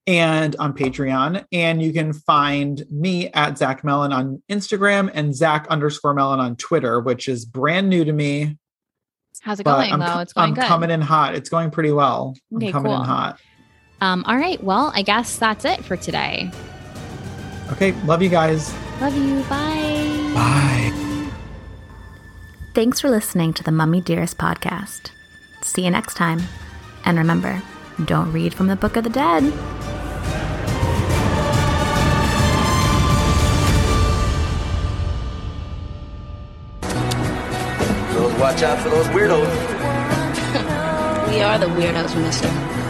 S2: and on Patreon. And you can find me at Zach Mellon on Instagram and Zach underscore Mellon on Twitter, which is brand new to me.
S3: How's it
S2: but
S3: going
S2: I'm,
S3: though?
S2: co-
S3: It's going
S2: I'm
S3: good.
S2: coming in hot. It's going pretty well. I'm
S3: Okay,
S2: coming
S3: cool.
S2: in hot.
S3: Um, all right. Well, I guess that's it for today.
S2: Okay. Love you guys.
S3: Love you. Bye.
S2: Bye.
S1: Thanks for listening to the Mummy Dearest podcast. See you next time. And remember, don't read from the Book of the Dead.
S4: Those watch out for those weirdos.
S5: We are the weirdos, mister.